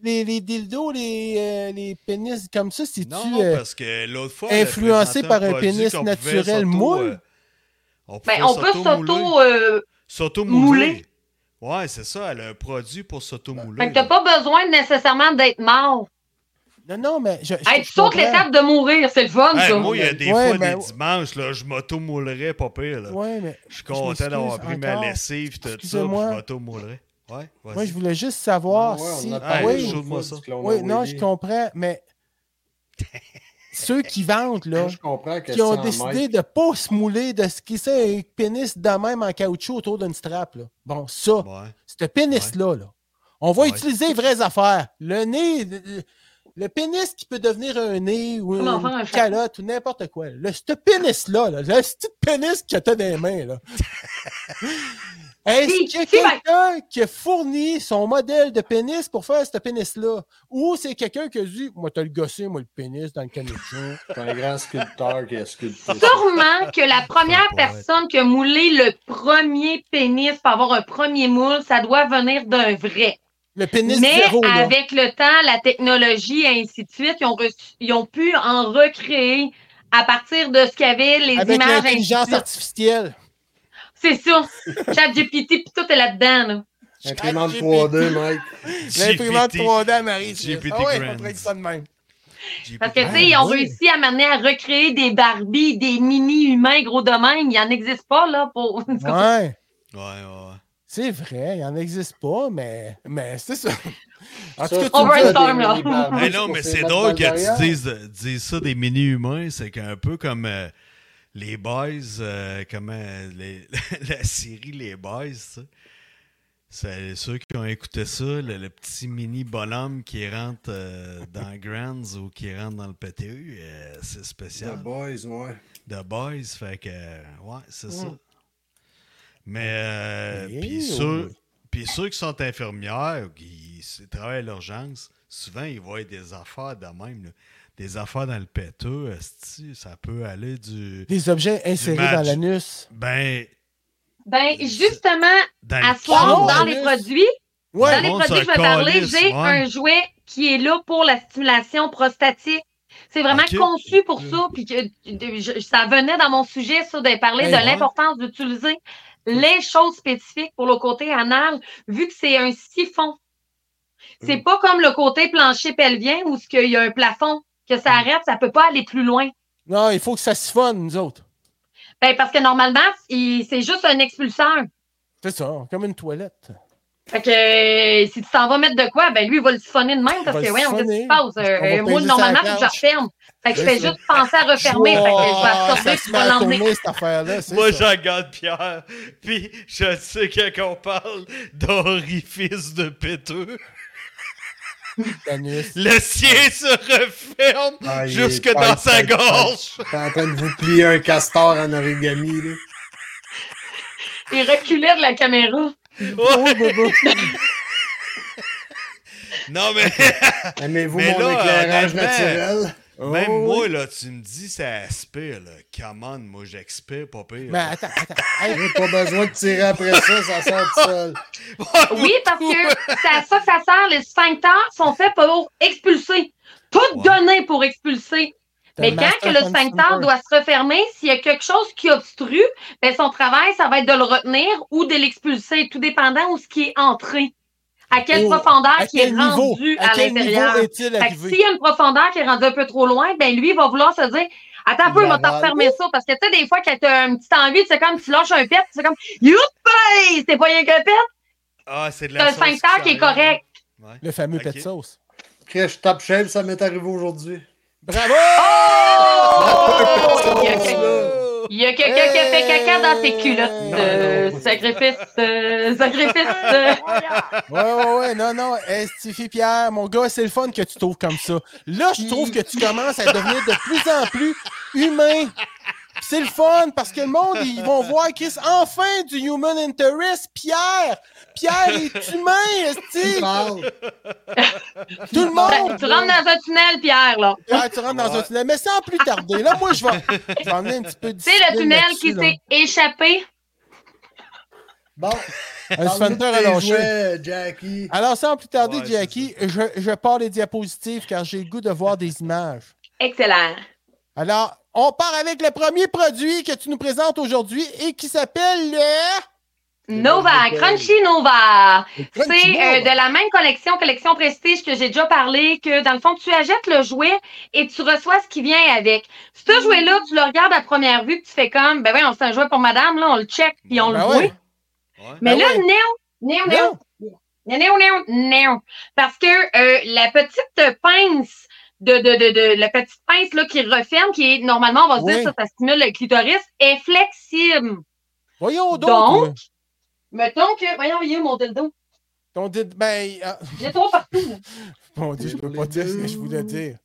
Les, les dildos, les, euh, les pénis comme ça, c'est-tu.
Non, non,
euh,
parce que l'autre fois. elle a
influencé
présenté
par un
produit
pénis
qu'on pouvait
naturel
s'auto,
moule?
euh, on,
Ben, on peut s'auto. euh,
mouler.
mouler.
Ben,
Ouais, c'est ça, elle a un produit pour s'auto-mouler.
Fait que t'as pas besoin nécessairement d'être mort.
Non, non, mais je. je-
Hey,
je
tu sautes
comprends.
l'étape de mourir, c'est le fun,
Hey,
ça.
moi, il y a des
Ouais,
fois,
ben-
des dimanches, là, je m'auto-moulerais, pas pire. Là.
Ouais, mais
je suis
m'excuse
content d'avoir pris ma
encore.
lessive et tout ça, puis je
Excusez-moi.
m'auto-moulerais. Ouais, vas-y.
moi, je voulais juste savoir
Ouais, on en
si.
a
Ah,
parlé
oui,
l'autre
moi
fois
ça.
du clone
oui, non, je
Willy.
comprends, mais ceux qui vendent, là,
Moi, Je comprends que
qui ont
c'est en
décidé
mètre.
de ne pas se mouler, de ce qui c'est un pénis de même en caoutchouc autour d'une strap, là. Bon, ça,
Ouais.
ce pénis-là, là, on va
Ouais.
utiliser les vraies affaires. Le nez, le, le- le pénis qui peut devenir un nez ou
Comme
une,
enfant, un chat.
calotte ou n'importe quoi. Le, ce pénis-là, là, le petit pénis que t'as dans les mains, là. Est-ce
Si,
qu'il y a
si, ben-
quelqu'un qui a fourni son modèle de pénis pour faire ce pénis-là? Ou c'est quelqu'un qui a dit, moi, t'as le gossé, moi, le pénis dans le canadien.
C'est un grand sculpteur qui a sculpté. ça.
Sûrement que la première
Ouais, ouais.
personne qui a moulé le premier pénis pour avoir un premier moule, ça doit venir d'un vrai.
Le pénis
Mais
zéro, là.
avec le temps, la technologie et ainsi de suite, ils ont, reçu- ils ont pu en recréer à partir de ce qu'avaient les
Avec
images. ainsi de
l'intelligence
suite.
artificielle.
C'est ça. ChatGPT, puis tout est là-dedans. Là.
Imprimante 3D, Mike.
L'imprimante
GPT.
3D, Marie. tu
GPT
sais. Ah ouais,
Grand.
on traite ça de même.
Parce que, tu sais, ils
Ah,
ont
oui.
réussi à m'amener à recréer des Barbies, des mini-humains gros de même. Il n'en existe pas, là, pour...
Ouais.
Ouais, ouais.
C'est vrai, il n'en existe pas, mais, mais c'est ça. En tout
Ça,
cas,
c'est
tu me dis-
ça,
brainstorm,
des
là.
mini-barbeaux
ouais. Hey, non,
qu'on
mais
s'est
c'est
fait
drôle
dans le
que
derrière.
tu dises, dises ça des mini-humains. C'est qu'un peu comme euh, les boys, euh, comment les- la série Les Boys, tu sais. C'est ceux qui ont écouté ça, le, le petit mini bonhomme qui rentre euh, dans Grands ou qui rentre dans le PTU, euh, c'est spécial.
The Boys, ouais.
The Boys, fait que, ouais, c'est
Mm.
ça. Mais, euh,
Eh
puis
oui.
ceux, puis ceux qui sont infirmières, ou qui s- travaillent à l'urgence, souvent, ils voient des affaires de même, là. des affaires dans le péteux, esti, ça peut aller du...
Des objets insérés
match.
dans l'anus.
Ben,
Ben, justement,
dans
à
le
soir,
Oh,
dans
oui.
les produits,
Ouais,
dans les
bon,
produits
ça
que je vais parler,
calisse,
j'ai
ouais.
un jouet qui est là pour la stimulation prostatique. C'est vraiment
Ok.
conçu pour ça, puis que de- je- ça venait dans mon sujet, ça, de parler
Ben,
de
ouais.
l'importance d'utiliser les choses spécifiques pour le côté anal, vu que c'est un siphon. C'est
Hum.
pas comme le côté plancher pelvien où ce qu'il y a un plafond, que
Hum.
ça arrête, ça peut pas aller plus loin.
non, il faut que ça siphonne, nous autres.
Ben, parce que normalement, il- c'est juste un expulseur.
C'est ça, comme une toilette.
Fait que euh, si tu t'en vas mettre de quoi, ben lui, il va le siphonner de même parce
va
que
le
voyons, qu'est-ce qui
siphonner.
se passe?
Parce qu'on va peser
Euh, moi,
sur la
normalement, faut que je
planche.
referme. Fait que je
C'est
fais
ça.
juste penser à refermer. Fait que je vais
Ouah,
absorber
Ah, ça
puis
se
je
met
vais
à
l'emmener.
tourner, cette affaire-là. c'est
Moi,
ça.
j'en regarde Pierre, puis je sais que quand on parle d'orifice de péteux,
L'anus.
le sien se referme
Ah, il est
jusque
pas-
dans sa
pas- pas-
gorge.
T'es en train de vous plier un castor en origami, là.
Il reculait de la caméra.
Oh,
Ouais. non, mais
Aimez-vous
Mais
mon
là,
éclairage
honnêtement,
naturel?
même
Oh,
moi,
oui.
là, tu me dis ça aspire, là. Comment, moi, j'expire, pas pire.
Mais attends, attends. Hey,
J'ai pas besoin de tirer après ça, ça sort tout seul.
Oui, parce que c'est à ça que ça sert. Les sphincters sont faits pour expulser. Tout
Ouais.
donné pour expulser.
t'as
Mais
un
quand que
master
le
from
sphincter
Stanford.
doit se refermer, s'il y a quelque chose qui obstrue, ben son travail, ça va être de le retenir ou de l'expulser, tout dépendant où ce qui est entré. À quelle
Oh,
profondeur
à
qui est
quel niveau?
rendu
À
à
quel
l'intérieur.
niveau est-il
Fait que s'il
arrivé?
y a une profondeur qui est rendue un peu trop loin, ben lui, il va vouloir se dire Attends un peu,
Il
il va t'en
avale.
refermer ça. Parce que tu sais, des fois, quand t'as une petite envie, c'est comme tu lâches un pet, c'est comme Youpi! C'était pas rien qu'un pet,
Ah, c'est de
c'est un
la sauce
sphincter qui
s'en
est
vient.
correct.
Ouais.
Le fameux
Ok.
pet de sauce.
Crèche top shape, ça m'est arrivé aujourd'hui.
Bravo!
Oh!
Il y a quelqu'un-
Oh!
il y a quelqu'un qui a fait caca dans tes culottes. euh, sacrifice, euh, sacrifice. euh.
Ouais, ouais, ouais, non, non, Estifi Pierre, mon gars, c'est le fun que tu trouves comme ça. Là, je trouve que tu commences à devenir de plus en plus humain. Puis C'est le fun parce que le monde, ils vont voir Chris, enfin du human interest. Pierre, Pierre est humain,
Tu
Esti.
parles.
Tout le
Ben,
monde.
tu rentres dans un tunnel, Pierre, là.
Pierre, tu rentres dans un
Ouais.
tunnel, mais sans plus tarder. Là, moi, je vais, je vais emmener un petit peu de.
C'est le
discipline
tunnel
là-dessus,
qui
là.
s'est échappé.
Bon,
Un sphincter à
parle-nous de tes
lâcher.
jouets, Jackie.
Alors, sans plus tarder,
Ouais, c'est
Jackie, je, je pars les diapositives car j'ai le goût de voir des images.
Excellent.
Alors, on part avec le premier produit que tu nous présentes aujourd'hui et qui s'appelle le...
Nova,
Nova.
Crunchy Nova. C'est
Crunchy Nova.
euh, de la même collection, collection Prestige que j'ai déjà parlé, que dans le fond, tu achètes le jouet et tu reçois ce qui vient avec. Ce
Mm.
jouet-là, tu le regardes à première vue, puis tu fais comme, ben oui, c'est un jouet pour madame, là, on le check, puis on
Ben
le
ouais.
voit.
Ouais.
Mais
Ben
là,
ouais.
non, non,
Non.
non, non, non, non, non. Parce que euh, la petite pince, de, de, de, de- la petite pince là, qui referme, qui est normalement, on va se
Oui.
dire, ça, ça stimule le clitoris, est flexible.
Voyons donc.
Donc,
euh,
Mettons que, voyons, il est où mon dildo?
on dit, ben, ah,
J'ai trop partout.
mon Dieu, je peux pas dire ce que je voulais dire.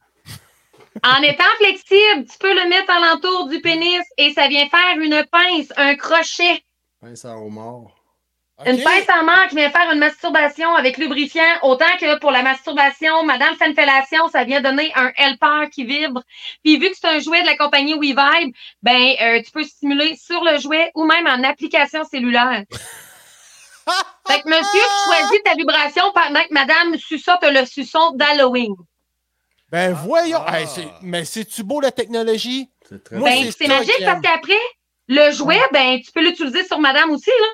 En étant flexible, tu peux le mettre à l'entour du pénis et ça vient faire une pince, un crochet.
Pince à homard.
Une
Ok.
pince en main qui vient faire une masturbation avec lubrifiant. Autant que pour la masturbation, Madame Fanfellation, ça vient donner un helper qui vibre. Puis vu que c'est un jouet de la compagnie WeVibe, ben euh, tu peux stimuler sur le jouet ou même en application cellulaire. fait que monsieur, tu choisis ta vibration pendant que Madame suçote le suçon d'Halloween.
Ben voyons.
Ah.
Hey, c'est- mais c'est-tu beau la technologie?
C'est très
Moi,
Ben,
c'est
c'est
ça
magique
que
parce
j'aime.
qu'après, le jouet, ben, tu peux l'utiliser sur madame aussi, là.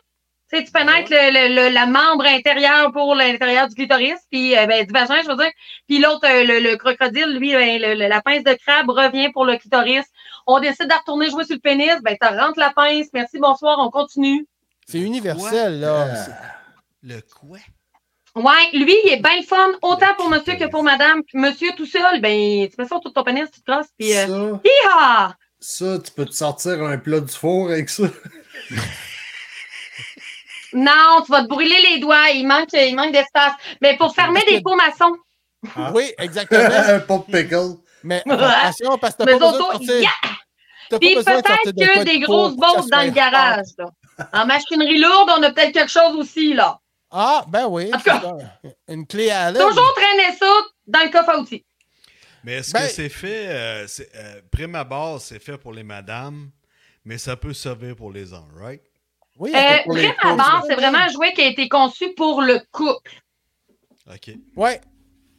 Tu sais, tu pénètres le, le- le- la membre intérieure pour l'intérieur du clitoris, puis euh, ben, du vagin, je veux dire. Puis l'autre, euh, le, le crocodile, lui, ben, le- le- la pince de crabe revient pour le clitoris. On décide de retourner jouer sur le pénis, ben, tu rentres la pince, merci, bonsoir, on continue.
C'est universel, là. C'est-
Le quoi?
Ouais, lui, il est bien le fun, autant pour monsieur que pour madame. Monsieur tout seul, ben, tu mets ça autour de ton pénis, tu te crosses, puis euh,
Ça,
hi-ha!
ça, tu peux te sortir un plat du four avec ça.
Non, tu vas te brûler les doigts, il manque, il manque d'espace. Mais pour fermer des pots maçons,
Ah.
Oui, exactement.
un pot de pickle.
mais attention, parce que t'as
Mais
pas besoin de
auto-
sortir.
yeah!
T'as pas
puis
besoin de sortir
peut-être
de pot
que
de
des
peau pour
grosses
que ça
bosses dans
soit
le
hard.
garage. là. En machinerie lourde, on a peut-être quelque chose aussi, là.
Ah, ben oui.
En tout cas.
c'est un- Une clé à l'aide.
Toujours traîner ça dans le coffre à outils.
Mais est-ce
Ben-
que c'est fait, euh, c'est, euh, prime abord, c'est fait pour les madames, mais ça peut servir pour les hommes, right?
Oui,
Euh,
pour les
Prime à
courses.
bord, c'est vraiment un jouet qui a été conçu pour le couple.
OK.
Ouais.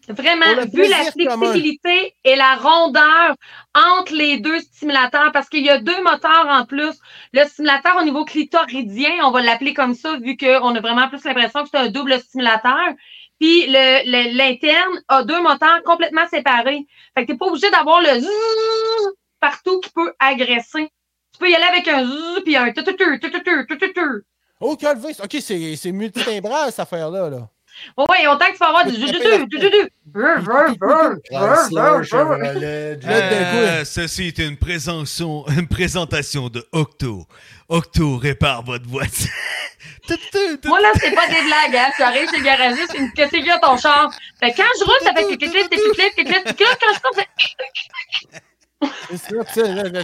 Vraiment,
Pour le
vu la
plaisir commun.
flexibilité et la rondeur entre les deux stimulateurs, parce qu'il y a deux moteurs en plus. Le stimulateur au niveau clitoridien, on va l'appeler comme ça, vu qu'on a vraiment plus l'impression que c'est un double stimulateur. Puis le- le- l'interne a deux moteurs complètement séparés. Fait que t'es pas obligé d'avoir le zzzz partout qui peut agresser. Tu peux y aller avec un zzzz puis un tututu, tututu, tututu.
Oh, Calvis. OK, c'est c'est multitimbral, cette affaire-là. Là.
Ouais, autant que tu vas avoir du jujutu, jujutu. Brr, brr, brr,
Ah,
brr, brr,
Chrysler,
brr.
Chevrolet, Jeep.
Là, d'un
Euh, ceci est une présentation, une présentation de Octo. Octo répare votre voiture. Tout, tout, tout.
Moi, là, c'est pas des blagues, hein. J'arrive chez le garagiste, c'est une catégorie à ton char. Fait que quand je roule, ça fait que clic, clic, clic, clic, clic, clic, clic, clic. Quand je cours, c'est
C'est ça, tu sais, là, là,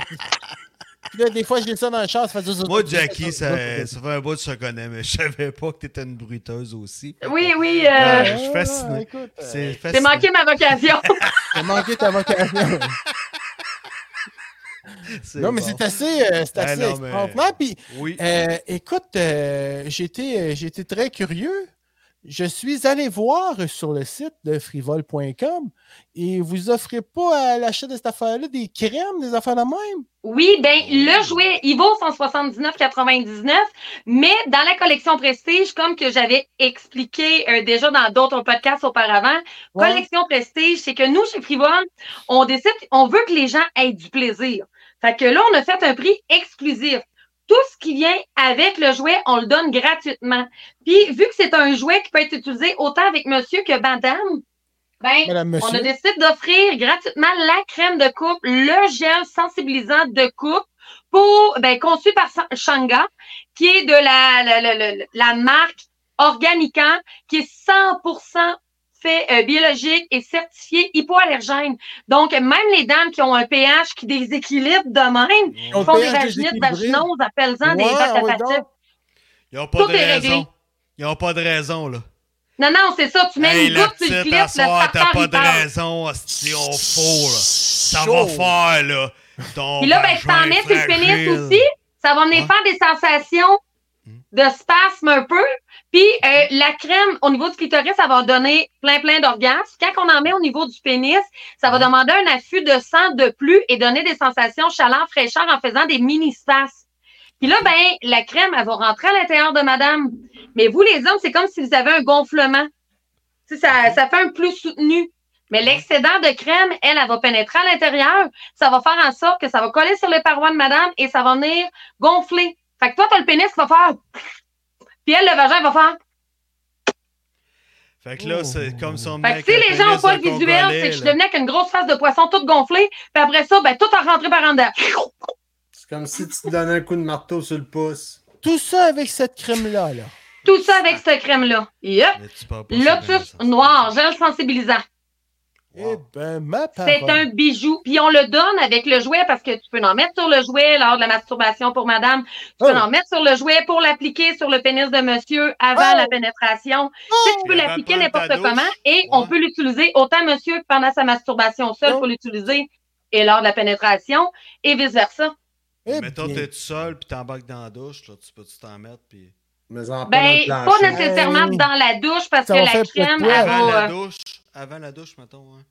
Puis là, des fois, je l'ai ça dans le char, ça fait juste... Euh,
Moi, Jackie, ça, ça fait un bout que je te connais, mais je savais pas que t'étais une bruteuse aussi.
Oui, oui,
Ah,
euh,
je suis fasciné.
écoute, euh,
C'est
j'ai
fascinant.
manqué ma vocation.
T'as manqué ta vocation.
C'est
non, mais
bon.
c'est assez, euh, c'est
Ah,
assez
non, mais-
extraordinaire. Puis,
Oui.
euh, écoute, euh, j'étais j'étais très curieux. Je suis allé voir sur le site de frivol.com et vous offrez pas à l'achat de cette affaire-là des crèmes, des affaires de même.
Oui, ben, le jouet, il vaut 179,99, mais dans la collection Prestige, comme que j'avais expliqué euh, déjà dans d'autres podcasts auparavant,
Ouais.
collection Prestige, c'est que nous, chez Frivol, on décide, on veut que les gens aient du plaisir. Fait que là, on a fait un prix exclusif. Tout ce qui vient avec le jouet, on le donne gratuitement. Puis, vu que c'est un jouet qui peut être utilisé autant avec monsieur que madame, ben,
Madame, monsieur.
on a décidé d'offrir gratuitement la crème de coupe, le gel sensibilisant de coupe pour ben, conçu par Sa- Shanga, qui est de la, la, la- la- la marque Organican, qui est 100% fait euh, biologique et certifié hypoallergène. Donc, même les dames qui ont un pH qui déséquilibre de même,
Ils
On
ont-
fait
font des
pH
vaginites,
déséquilibré.
vaginoses, appelle-en des
Ouais,
vaches à
ouais,
facettes.
donc.
Ils ont pas
Tout
de
est réglé.
raison. Ils ont pas de raison, là.
Non, non, c'est ça, tu mets
Hey,
une
la
goutte sur le
petite,
clip,
à
le
soir, t'as
tartare,
pas
il
de
part.
raison, hostie, on fout, là. Ça
Chaud.
va faire, là. Ton
Puis là, ben, tu t'en
vagin
mets sur le pénis
fragile.
aussi. Ça va venir
Ouais.
faire des sensations de spasme un peu. Puis euh, la crème, au niveau du clitoris, ça va donner plein, plein d'orgasmes. Quand on en met au niveau du pénis, ça va
Ouais.
demander un affût de sang de plus et donner des sensations chaleur, fraîcheur en faisant des mini-spaces. Puis là, ben, la crème, elle va rentrer à l'intérieur de madame. Mais vous, les hommes, c'est comme si vous avez un gonflement. Tu sais, ça, ça fait un plus soutenu. Mais l'excédent de crème, elle, elle va pénétrer à l'intérieur. Ça va faire en sorte que ça va coller sur les parois de madame et ça va venir gonfler. Fait que toi, t'as le pénis qui va faire. Puis elle, le vagin, va faire.
Fait que
Oh.
là, c'est comme son
Fait que si les gens n'ont pas le visuel, c'est que je devenais qu'une grosse face de poisson toute gonflée. Puis après ça, ben, tout a rentré par en dedans.
C'est comme si tu te donnais un coup de marteau sur le pouce.
Tout ça avec cette crème-là. Là.
Tout ça avec cette crème-là. Yep. Lotus noir, gel sensibilisant.
Eh ben, ma
C'est
parole.
un bijou. Puis on le donne avec le jouet parce que tu peux en mettre sur le jouet lors de la masturbation pour madame. Tu peux
Oh.
en mettre sur le jouet pour l'appliquer sur le pénis de monsieur avant
Oh.
la pénétration. Tu sais, tu peux
Puis avant
l'appliquer
de prendre ta
n'importe
douche.
comment et on
Ouais.
peut l'utiliser autant monsieur que pendant sa masturbation seul
Oh.
pour l'utiliser et lors de la pénétration et vice-versa.
Eh
Mettons,
bien.
t'es tout seul, puis t'embarques dans la douche, là, tu peux-tu t'en mettre, puis...
Mais en
Ben,
plein
pas
plancher.
nécessairement
Hey.
dans la douche parce
Oh. Ça
que
va
la
faire
crème,
poil.
elle
Avant
va,
la
euh,
douche, avant la douche, mettons, hein.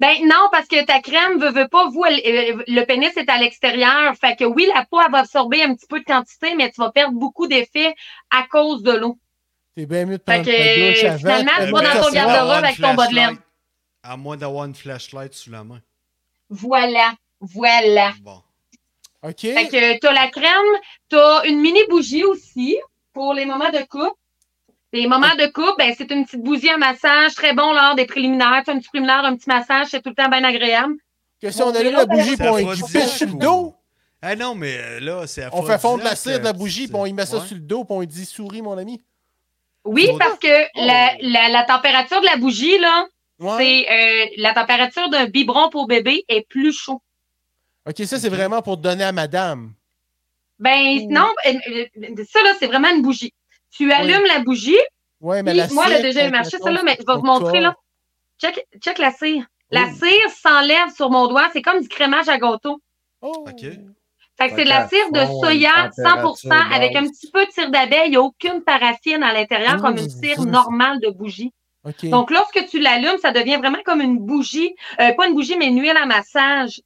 Ben non, parce que ta crème veut, veut pas, vous, elle- euh, le pénis est à l'extérieur. Fait que oui, la peau, elle va absorber un petit peu de quantité, mais tu vas perdre beaucoup d'effet à cause de l'eau.
T'es bien mieux de
Fait
prendre ta
que,
douche avant.
finalement,
que
Ben
c'est
de
pas dans ton
t'asseoir.
garde-robe avec ton bas de laine.
flashlight. À moins d'avoir une flashlight sous la main.
Voilà, voilà.
Bon.
OK.
Fait que t'as la crème, t'as une mini bougie aussi pour les moments de coupe. Les moments de coupe, ben, c'est une petite bougie à massage, très bon lors des préliminaires. Tu fais un petit préliminaire, un petit massage, c'est tout le temps bien agréable.
Que si on allume
ben,
la bougie
C'est
pour on y
aphrodisiaque
pisse sur le
ou-
dos,
Ah non, mais euh, là, c'est
on fait fondre la
aphrodisiaque,
cire de la
euh,
bougie,
c'est-
puis on y met ça
ouais.
sur le dos, puis on y dit souris, mon ami.
Oui,
Oh.
parce que la, la, la température de la bougie, là,
Ouais.
c'est euh, la température d'un biberon pour bébé est plus chaud.
OK, ça, c'est vraiment pour donner à madame.
Ben non, euh, euh, ça là, c'est vraiment une bougie. Tu allumes la bougie,
Ouais, mais
puis
la
moi
cire,
là déjà
quand
marché
on
ça là, mais je vais vous
tombe
montrer
sur-
là. Check, check la cire. La cire s'enlève sur mon doigt, c'est comme du crémage à gâteau.
Oh.
OK.
Fait que
Fait
c'est de la
qu'à
cire de
fond,
soya
une température
100% avec
basse.
un petit peu de cire d'abeille, il n'y a aucune paraffine à l'intérieur comme une
Mmh,
cire
ça, ça.
normale de bougie.
OK.
Donc lorsque tu l'allumes, ça devient vraiment comme une bougie, euh, pas une bougie mais une huile à massage.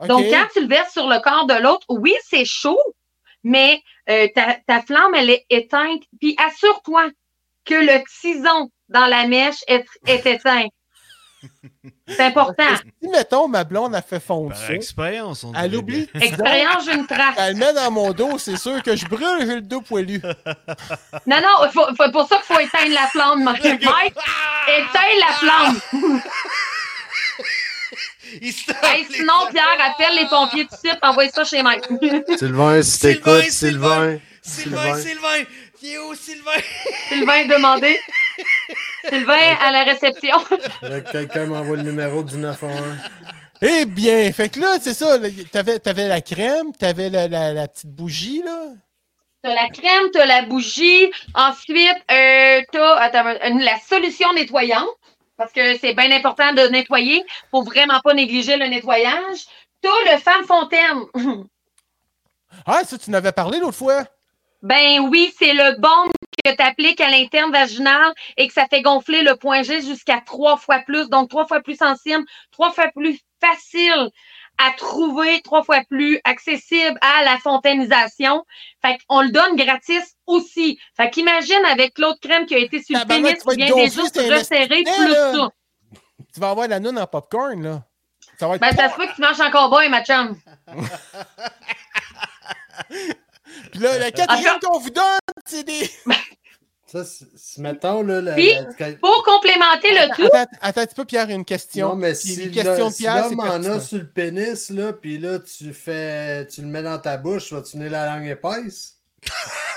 OK.
Donc, quand tu le verses sur le corps de l'autre, oui, c'est chaud, mais euh, ta, ta flamme, elle est éteinte. Puis assure-toi que le tison dans la mèche est, est éteint. C'est important.
Si, mettons, ma blonde a fait fondre
Par
ça,
expérience, on
elle
dirait
oublie le tison,
Expérience, j'ai une trace.
elle le met dans mon dos, c'est sûr que je brûle, j'ai le dos poilu.
Non, non, faut- faut- pour ça qu'il faut éteindre la flamme, Mike.
bien.
Mike,
Ah!
éteins la flamme.
Il se tape
Hey,
les-
sinon, Pierre, appelle les pompiers tout de suite, envoie ça chez Mike.
Sylvain, si
Sylvain,
t'écoutes,
Sylvain.
Sylvain.
Ah! Sylvain, Sylvain! Viens où, Sylvain?
Sylvain, demandez. Sylvain, à la réception.
Là, Quelqu'un m'envoie le numéro du 911.
Eh bien, fait que là, c'est ça, là, t'avais, t'avais la crème, t'avais la, la, la petite bougie, là.
T'as la crème, t'as la bougie. Ensuite, euh, t'as attends, une- la solution nettoyante, parce que c'est bien important de nettoyer. Faut vraiment pas négliger le nettoyage. T'as le femme fontaine.
Ah, ça, tu n'avais parlé l'autre fois.
Ben oui, c'est le baume que t'appliques à l'interne vaginal et que ça fait gonfler le point G jusqu'à trois fois plus. Donc, trois fois plus sensible, trois fois plus facile à trouver, trois fois plus accessible à la fontainisation. Fait qu'on le donne gratis aussi. Fait qu'imagine avec l'autre crème qui a été sur le
Tabarnak,
pénis
tu vas
qui
être
vient des
gonflé,
juste
c'est un
resserrer
estimé,
plus
là.
ça.
Tu vas avoir la noune en popcorn, là. Ça va être...
Ben, ça se peut que tu marches en cowboy, ma chum.
Puis là, la quatrième qu'on vous donne, c'est des...
Ça, c'est- c'est- mettons, là. La,
Puis,
la- quand-
Pour complémenter le tout,
Attends, attends un petit peu, Pierre, une question.
non, mais
Puis
si
les
là-
questions de
si
Pierre, c'est
l'homme en a
pertinent.
sur le pénis, là, puis là, tu fais. Tu le mets dans ta bouche, vas-tu tenir la langue épaisse?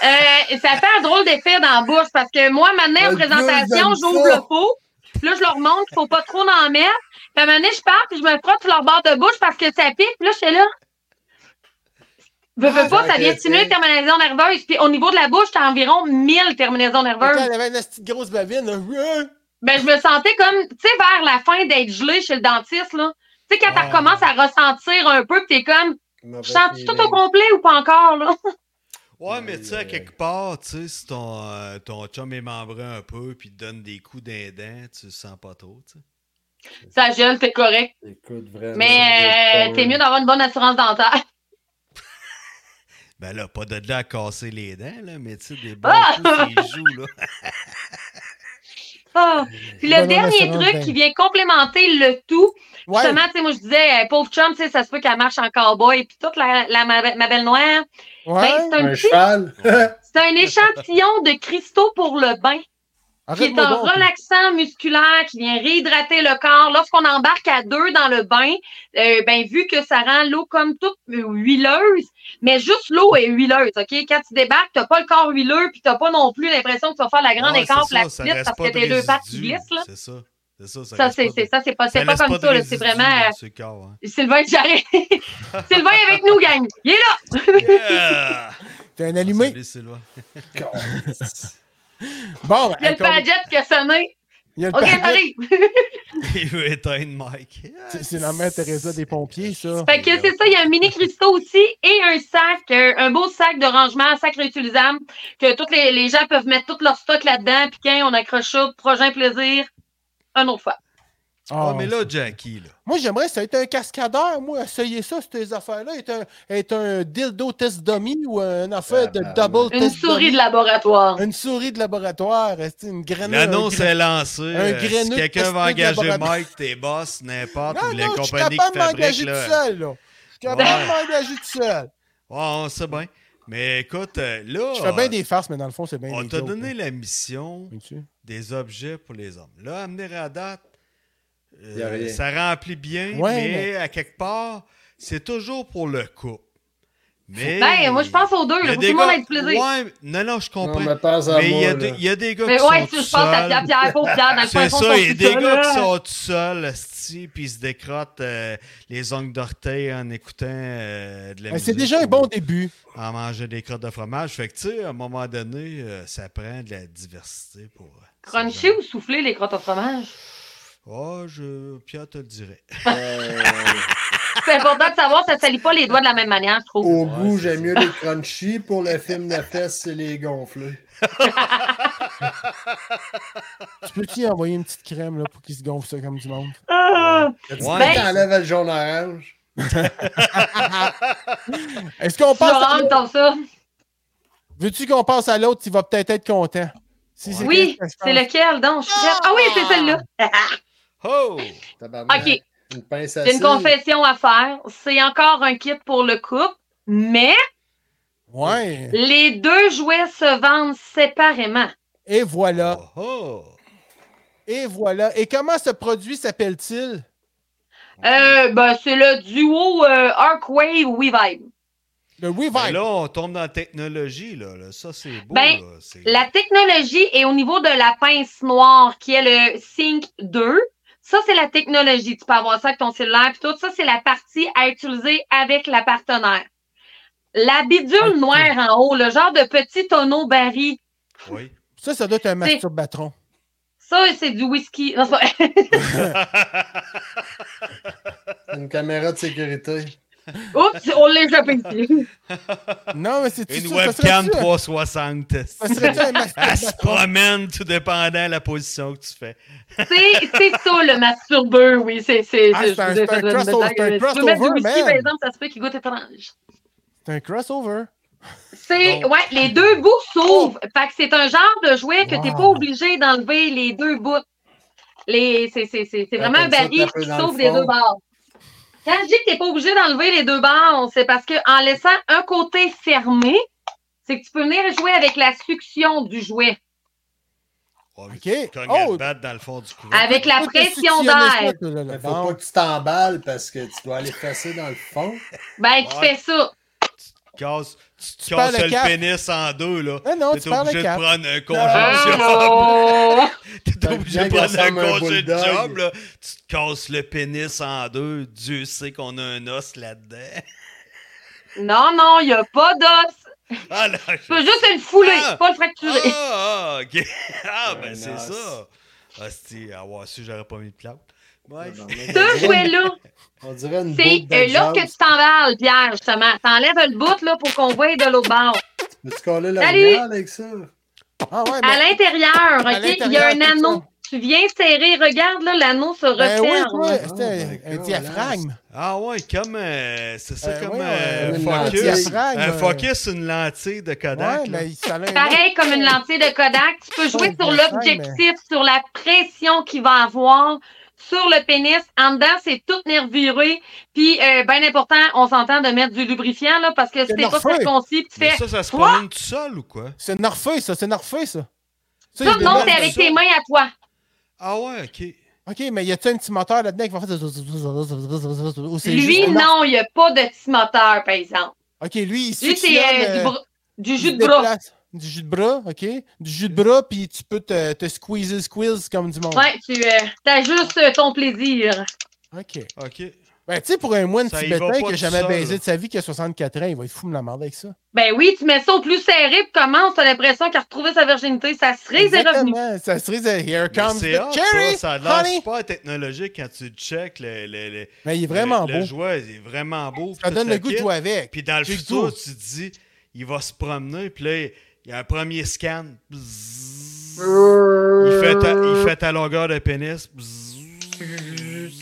Euh, ça fait un drôle d'effet dans la bouche parce que moi, maintenant, en
Le
présentation,
gueule, j'aime
j'ouvre
ça.
le pot. Puis Là, je leur montre qu'il faut pas trop en mettre. Puis à un moment donné, je pars puis je me frotte sur leur barre de bouche parce que ça pique. Puis là, je suis là. Veux, veux
Ah,
pas, ça
j'ai
vient
arrêté.
stimuler les terminaisons nerveuses. Puis au niveau de la bouche, t'as environ 1000 terminaisons
Quand
nerveuses.
elle avait une petite grosse babine, là, euh,
Ben, je me sentais comme, tu sais, vers la fin d'être gelée chez le dentiste, là. Tu sais, quand tu
Ah.
Ouais.
recommences à ressentir un peu, puis t'es comme,
Mauvais
je sens-tu tout
feeling.
au complet ou pas encore, là?
Ouais,
Mais,
mais tu sais, à
euh,
quelque part, tu sais, si ton, euh, ton chum est membré un peu, puis te donne des coups d'un dent, tu le sens pas trop, tu sais.
Ça gèle, t'es correct.
Euh,
euh,
Écoute, vraiment.
Mais euh, t'es mieux d'avoir une bonne assurance dentaire.
Ben là, pas de là à casser les dents, là, mais tu sais, des bons
Ah!
coups qui jouent, là.
Ah! Puis le
Bonne
dernier
assurance,
truc
ben.
qui vient complémenter le tout,
Ouais,
justement, tu sais, moi je disais, euh, pauvre chum, tu sais, ça se peut qu'elle marche en cowboy, puis toute la, la- ma, ma belle-noire, ben,
ouais.
c'est un,
Un
petit-
cheval.
c'est un échantillon de cristaux pour le bain, qui est
Arrête-moi
un
donc.
relaxant musculaire qui vient réhydrater le corps. Lorsqu'on embarque à deux dans le bain, euh, ben vu que ça rend l'eau comme toute euh, huileuse, mais juste l'eau est huileuse, OK? Quand tu débarques, t'as pas le corps huileux, puis t'as pas non plus l'impression que tu vas faire la grande
Ouais,
écart
Ah, c'est
pour
ça,
la
ça
petite
reste
parce
pas
que
de
t'es deux pattes qui
résidus,
glissent, là.
C'est ça. C'est ça.
Ça,
reste
c'est
pas de-
c'est ça, c'est pas, c'est
ça
pas
laisse
comme
de
ça, là, c'est
résidus
vraiment.
dans ce corps, hein.
euh, Sylvain Jarret. Sylvain est avec nous, gang. Il est là.
Yeah!
T'es un allumé.
Salut, Sylvain.
Bon, ben,
Il y a le
comme-
Padgett qui a sonné.
il y a le
OK,
paquet.
j'arrive.
Il veut éteindre Mike.
C'est- C'est la mère Teresa des pompiers, ça.
Fait que c'est ça, il y a un mini cristaux aussi et un sac, euh, un beau sac de rangement, un sac réutilisable, que tous les, les gens peuvent mettre tout leur stock là-dedans, puis quand on accroche ça, prochain plaisir, un autre fois.
Ah.
Oh,
Ah, mais là, Jackie, là.
Moi, j'aimerais ça être un cascadeur, moi, essayer ça, ces affaires-là. Être un, être un dildo test dummy ou une affaire de double
Une
test
souris de
dummy.
laboratoire.
Une souris de laboratoire, c'est une grenouille.
L'annonce
un
est lancée. euh,
graineux
si
de testeux
quelqu'un va
de
engager
laboratoire.
Mike, tes boss, n'importe,
grand-
ou les
Non, non, je suis
compagnies
capable
qui
de
fabriquent,
m'engager
là.
tout seul, là. Je suis capable
Ouais.
de m'engager tout seul.
Ouais, Ah, on sait bien. Mais écoute, euh, là,
Je fais bien des farces, mais dans le fond, c'est bien
on
des
t'a
jokes,
donné
hein.
la mission
Vois-tu?
des objets pour les hommes. Là, amener à date, euh,
Y a rien.
ça remplit bien,
Ouais,
mais,
mais-
à quelque part, c'est toujours pour le couple. Mais...
Ben, moi, je pense aux deux,
Il y
là.
a
Faut
des
Tout le monde
gars-
a du plaisir.
Ouais, non, non, je
On
comprends.
me passe à
mais il y, a
moi.
des-
là.
il y a des gars
Mais
qui
ouais,
sont
tu
tout
je pense à Pierre,
seuls.
Pierre, pauvre Pierre, dans le coin,
C'est
ils sont
ça, il y a
tous
des
seuls,
gars
là.
qui sont tout seuls, esti, puis ils se décrottent euh, les ongles d'orteil en écoutant euh, de la
Mais Ben, C'est
musique
déjà un
ou
bon début.
En mangeant des crottes de fromage. Fait que, tu sais, à un moment donné, euh, ça prend de la diversité pour. euh, ces
Crunchy
gens.
ou souffler les crottes au fromage?
Oh, je... Pierre te le dirait.
Euh,
C'est important de savoir, ça ne salit pas les doigts de la même manière, je trouve.
Au
Ouais,
goût,
c'est
j'aime mieux les crunchy. Pour le film de fesses, c'est les gonflés.
Tu peux-tu y envoyer une petite crème là, pour qu'il se gonfle ça comme du monde?
Ah!
Tu
Ouais.
ouais. t'enlèves le jaune orange.
Est-ce qu'on passe à
Florent, t'as ça.
Veux-tu qu'on passe à l'autre? Il va peut-être être content. Si c'est
Oui,
quelque chose que
c'est
je pense.
lequel donc? Je suis prête. Ah oui, c'est celle-là.
Oh!
Tabarnak.
Ok.
Une pince à
J'ai une
cils.
confession à faire. C'est encore un kit pour le couple, mais
Ouais.
les deux jouets se vendent séparément.
Et voilà.
Oh, oh.
Et voilà. Et comment ce produit s'appelle-t-il?
Euh, ben, c'est le duo euh, Arcway WeVibe.
Le
Mais
WeVibe.
là, on tombe dans la technologie, là. là. Ça, c'est beau.
Ben,
là. C'est-
La technologie est au niveau de la pince noire qui est le Sync 2. Ça, c'est la technologie. Tu peux avoir ça avec ton cellulaire puis tout. Ça, c'est la partie à utiliser avec la partenaire. La bidule noire en haut, le genre de petit tonneau baril.
Oui.
Ça, ça doit être un masturbatron.
Ça, c'est du whisky. Non, c'est pas-
Une caméra de sécurité.
Oups, on l'a échappé ici.
Non, mais c'est
Une
ça,
webcam
serait-tu un-
360.
ça serait-tu un
Elle se
masturbatron?
promène tout dépendant de la position que tu fais.
C'est c'est ça, le masturbeur, oui. C'est c'est-
Ah,
je-
c'est un-
je-
c'est un
je- je-
crossover,
je- je-
c'est un
tu peux mettre du
crossover,
whisky,
man.
par exemple, ça se peut qu'il goûte étrange.
C'est un crossover.
C'est,
Donc-
ouais, les deux bouts s'ouvrent. Fait que c'est un genre de jouet que t'es pas
Oh. Wow.
obligé d'enlever les deux bouts. Les, c'est, c'est, c'est, c'est vraiment
comme
un
ça,
baril
taper
qui
dans le
s'ouvre des
fond.
deux bords. Quand je dis que t'es pas obligé d'enlever les deux bords, c'est parce que en laissant un côté fermé, c'est que tu peux venir jouer avec la succión du jouet,
Oh,
Ok.
Tu cognes
Oh.
le bat dans le fond du couvercle.
avec la
Faut te
pression
suctionner
d'air.
ça, toi, là, là.
Mais faut
Bon.
pas que tu t'emballes parce que tu dois aller fesser dans le fond.
Ben, qui
Ouais.
fait ça.
Casse- tu tu
perds
casses
le
le,
cap.
pénis en deux, là.
Ah non,
T'es
tu parles
obligé
de
de
cap.
prendre un congé
Ah, Oh!
T'es
Ben,
obligé
bien
de
qu'il
prendre un
ressemble à un
congé de
bulldog.
job, là. Tu te casses le pénis en deux. Dieu sait qu'on a un os là-dedans.
Non, non, il n'y a pas d'os.
Ah, là, je-
C'est juste une foulée,
Ah!
pas le fracturé.
Ah, ah, ok. Ah, ben
Un
c'est
os.
ça. Hostie, avoir su, j'aurais pas mis de plâtre. Ouais.
On
Ah!
dirait-
Ce jouet-là,
On dirait une
c'est
boucle de
euh, lorsque
jazz.
tu t'emballes, Pierre, justement. T'enlèves le bout là, pour qu'on voie de l'autre bord.
Peux-tu coller la
Salut!
lumière avec ça?
Ah ouais, mais
À l'intérieur,
à
OK, il y a
l'intérieur,
un
tout
anneau.
ça.
tu viens serrer, regarde, là, l'anneau se
Ben oui, toi,
referme.
Oh my
c'était un
God,
diaphragme.
Ah ouais, comme. euh, c'est ça,
Euh,
comme
oui,
euh,
euh,
une
focus.
lentille. euh.
Un focus, une lentille de Kodak.
Ouais,
là.
mais ça a un-
Pareil comme une lentille de Kodak, tu peux jouer
Ouais,
sur
je sais,
l'objectif, sur la pression qu'il va avoir sur le pénis. En dedans, c'est tout nervuré. Puis, euh, bien important, on s'entend de mettre du lubrifiant, là, parce que si t'es pas
Morphée.
circoncis, puis tu
Mais
fais...
ça, ça se
Quoi?
promène tout seul ou quoi?
C'est Norfeu, ça. C'est Norfeu, ça. Ça, il
Ça, non,
démarre-
c'est avec
ça.
tes mains à toi.
Ah ouais, ok.
OK, mais y a-tu un petit moteur là-dedans qui va faire... ou c'est
Lui,
juste-
non, il n'y a pas de petit moteur, par exemple.
OK, lui, il
Lui, c'est
suctionne,
euh, du,
euh,
bras- du jus
il
de bras.
déplace. Du jus de bras, OK? Du jus de bras, puis tu peux te, te squeezer, squeeze comme du monde.
Ouais, tu as juste euh, ton plaisir.
OK.
Ok.
Ben, tu sais, pour un moine
Ça y va
tibétain
pas
qui
tout
a jamais
seul,
baisé
là.
de sa vie, qui a 64 ans, il va être fou me la marde avec ça.
Ben oui, tu mets ça au plus serré, puis commence, t'as l'impression qu'il a retrouvé sa virginité, sa cerise est revenue.
Exactement. Ça serait euh, Here
Mais
comes
c'est
the
hot,
cherry,
ça, ça a l'air
honey.
super technologique quand tu check le, le, le-
Mais il est vraiment
le-
beau.
Le joueur, il est vraiment beau.
Ça
puis
donne
tout
le goût de
kit.
jouer avec.
Puis dans le
J'ai le
futur,
goût.
tu te dis, il va se promener, puis là, il- il y a un premier scan. Bzzz. Il fait, ta, il fait ta longueur de pénis. Bzzz.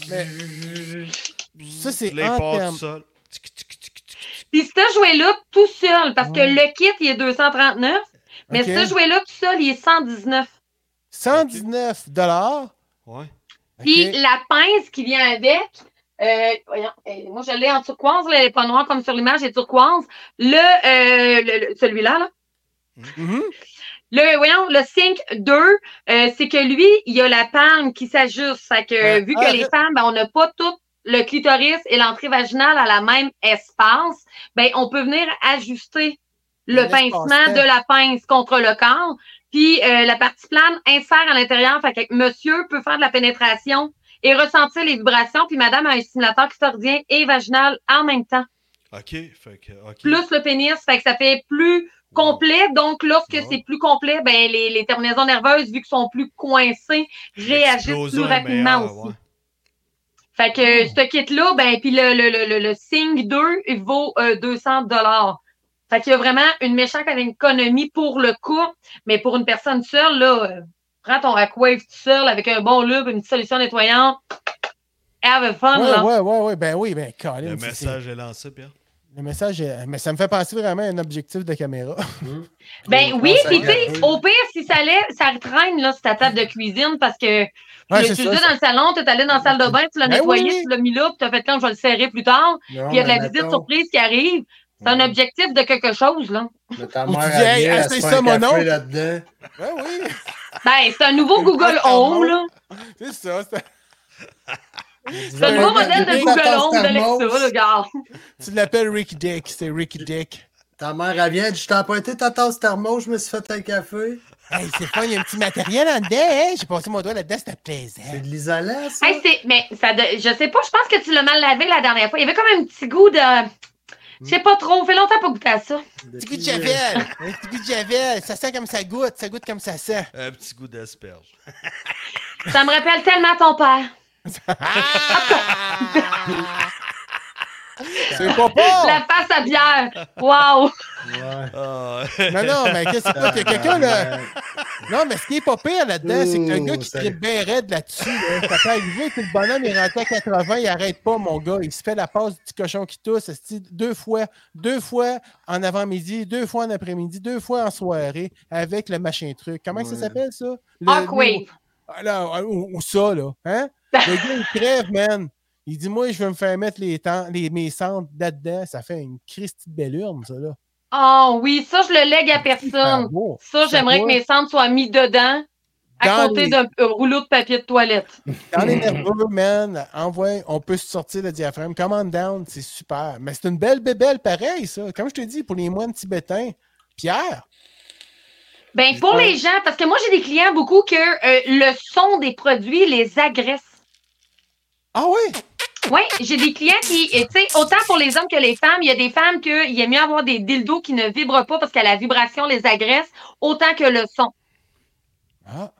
Mais-
Bzzz.
Ça, c'est
Puis là, il part
interne.
tout seul. Tic, tic, tic, tic, tic.
Puis ce jouet-là, tout seul, parce que
Ouais.
le kit, il est 239, mais
Ok.
ce jouet-là, tout seul, il est 119.
119 dollars.
Ouais.
Puis la pince qui vient avec, euh, voyons, euh, moi je l'ai en turquoise, là, elle est pas noire comme sur l'image, elle est turquoise. Le, euh, le- le- celui-là, là.
Mhm.
Le, voyons, le Sync 2, euh, c'est que lui, il y a la palme qui s'ajuste. Fait que,
Ouais.
vu
Ah,
que les
là-
femmes, ben, on n'a pas tout le clitoris et l'entrée vaginale à la même espace, ben, on peut venir ajuster le
L'espace-temps.
pincement de la pince contre le corps. Puis, euh, la partie plane insère à l'intérieur. Fait que monsieur peut faire de la pénétration et ressentir les vibrations. Puis, madame a un stimulateur clitoridien et vaginal en même temps.
OK. Fait que, OK.
Plus le pénis. Fait que ça fait plus complet. Donc, lorsque
Ouais.
c'est plus complet, ben, les, les terminaisons nerveuses, vu qu'elles sont plus coincées, réagissent plus
L'explosion est
rapidement
meilleure,
aussi.
ouais.
Fait que ce kit-là, ben, puis le, le, le, le, le Sing 2, il vaut euh, 200 dollars. Fait qu'il y a vraiment une méchante économie pour le couple, mais pour une personne seule, là, euh, prends ton Rackwave tout seul avec un bon lube, une petite solution nettoyante. Have a fun,
Ouais,
là.
ouais, ouais, ouais. Ben oui, ben Colin.
Le
c'est-
message est lancé, Pierre.
c'est- Le message est- Mais ça me fait penser vraiment à un objectif de caméra.
Ben oui,
Ouais,
puis
ça
tu sais,
gâte.
au pire, si ça allait, ça traîne, là, sur ta table de cuisine, parce que
Ouais,
tu
c'est ça,
l'utilisais
ça.
dans le salon, tu es allé dans la salle de bain, tu l'as
Ben
nettoyé,
oui. ben,
tu l'as mis là, puis t'as fait quand je vais le serrer plus tard, puis il y a de la visite surprise qui arrive. C'est un objectif de quelque chose, là.
Mais ta
Ou tu
mère,
dis,
elle
hey,
vient, elle se
essaye
fait
ça,
un
mon
café
oncle.
là-dedans.
Ben oui,
Ben, c'est un nouveau
Une
Google
boîte à
Home,
mode.
là.
c'est ça. c'est-
C'est un nouveau modèle de Google Home de Lexa, le gars.
Tu l'appelles Ricky Dick. C'est Ricky Dick.
Ta mère, elle vient, elle dit, je t'ai emprunté ta tasse thermo, je me suis fait un café.
Hey, c'est fun, il y a un petit matériel en dedans. hein. J'ai passé mon doigt là-dedans, c'était plaisant.
C'est de l'isolant, ça?
Hey, c'est- mais ça de- je sais pas, je pense que tu l'as mal lavé la dernière fois. Il y avait comme un petit goût de. Je sais pas trop, fait longtemps pas goûté à ça.
Un petit goût de javel. Un petit goût de javel. Ça sent comme ça goûte. Ça goûte comme ça sent.
Un petit goût d'asperge.
Ça me rappelle tellement ton père.
Ah!
C'est pas bon.
La face à bière. Waouh!
Ouais.
Ah,
Non, non, mais qu'est-ce que c'est? Quelqu'un, là. Non, mais ce qui est pas pire là-dedans, c'est que le
Ouh,
gars qui
Oh, ça-
tripe bien raide là-dessus, là, ça peut arriver que le bonhomme est rentré à 80, il arrête pas, mon gars. Il se fait la passe du petit cochon qui tousse esti, deux fois, deux fois en avant-midi, deux fois en après-midi, deux fois en soirée avec le machin truc. Comment que ça
Ouais.
s'appelle ça? Le-
Hawkwave.
Ah, là, ou, ou ça, là. Hein? Le gars, il crève, man. Il dit, moi, je vais me faire mettre les, temps, les, mes cendres là-dedans. Ça fait une christie de belle urne, ça, là.
Oh oui, ça, je le lègue à
Ah,
personne.
bon.
Ça, j'aimerais que mes cendres soient mis dedans à
Dans
côté
les-
d'un euh, rouleau de papier de toilette.
Dans les nerveux, man, envoie, on peut se sortir le diaphragme. Command down, c'est super. Mais c'est une belle bébelle pareil, ça. Comme je te dis, pour les moines tibétains. Pierre,
Ben, pour les gens, parce que moi, j'ai des clients beaucoup que euh, le son des produits les agresse.
ah oui,
Oui, j'ai des clients qui, et tu sais, autant pour les hommes que les femmes, il y a des femmes qu'il aiment mieux avoir des dildos qui ne vibrent pas parce que la vibration les agresse, autant que le son.
Ah.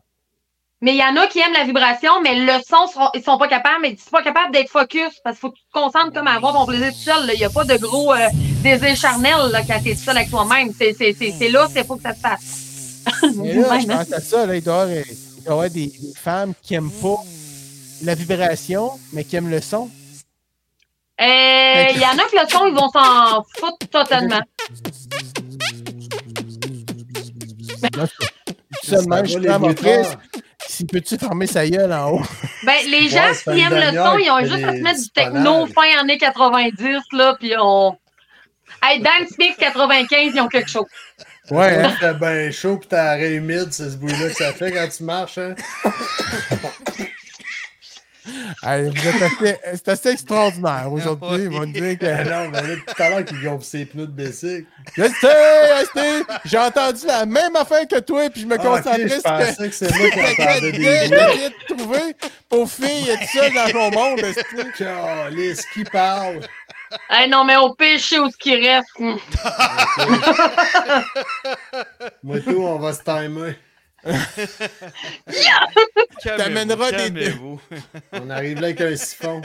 Mais il y en a qui aiment la vibration, mais le son, seront- ils sont pas capables, mais ils sont pas capables d'être focus parce qu'il faut que tu te concentres comme à avoir ton plaisir tout seul. là. Il n'y a pas de gros euh, désir charnel là, quand t'es seul avec toi-même. C'est c'est- c'est- c'est là, c'est faut que ça se fasse.
Mais là, je
Même, hein.
pense à ça, là, il doit y avoir, euh, il doit y doit y avoir des, des femmes qui aiment pas la vibration, mais qui aiment le son.
Euh, Il y en a que le son, ils vont s'en foutre totalement.
Là, je- je- seulement, je
Ça va,
suis à
les
mon
guitares.
fils. Si peux-tu fermer sa gueule en haut?
Ben, les gens
Ouais, c'est
qui
une
aiment le
dernière
son, ils ont
qui
juste à
fait
se mettre
des
du techno
spanages.
fin années 90, là, puis on. Hey, Dance Mix 95, ils ont quelque chose.
Ouais, hein?
Quand t'as bien chaud pis t'as l'arrêt humide, c'est ce bruit-là que ça fait quand tu marches, hein?
Hey, vous êtes assez- C'est assez extraordinaire aujourd'hui. Ils vont nous dire
Ah
que.
non, mais là, tout à l'heure qu'il gonfle ses pneus de bicycle.
Je sais, je sais, j'ai entendu la même affaire que toi, puis je me
Ah, ok,
concentrais
je
sur que-
pensais que c'est moi qui entendais des bruits.
J'essayais de trouver pour filles et tout ça dans mon monde. esti.
Calisse, qui parle?
Hey, non, mais au pire, je sais où ce qui reste. Hmm.
Moi, tout, on va se timer.
T'amèneras des-
Calmez-vous.
On arrive là avec un siphon.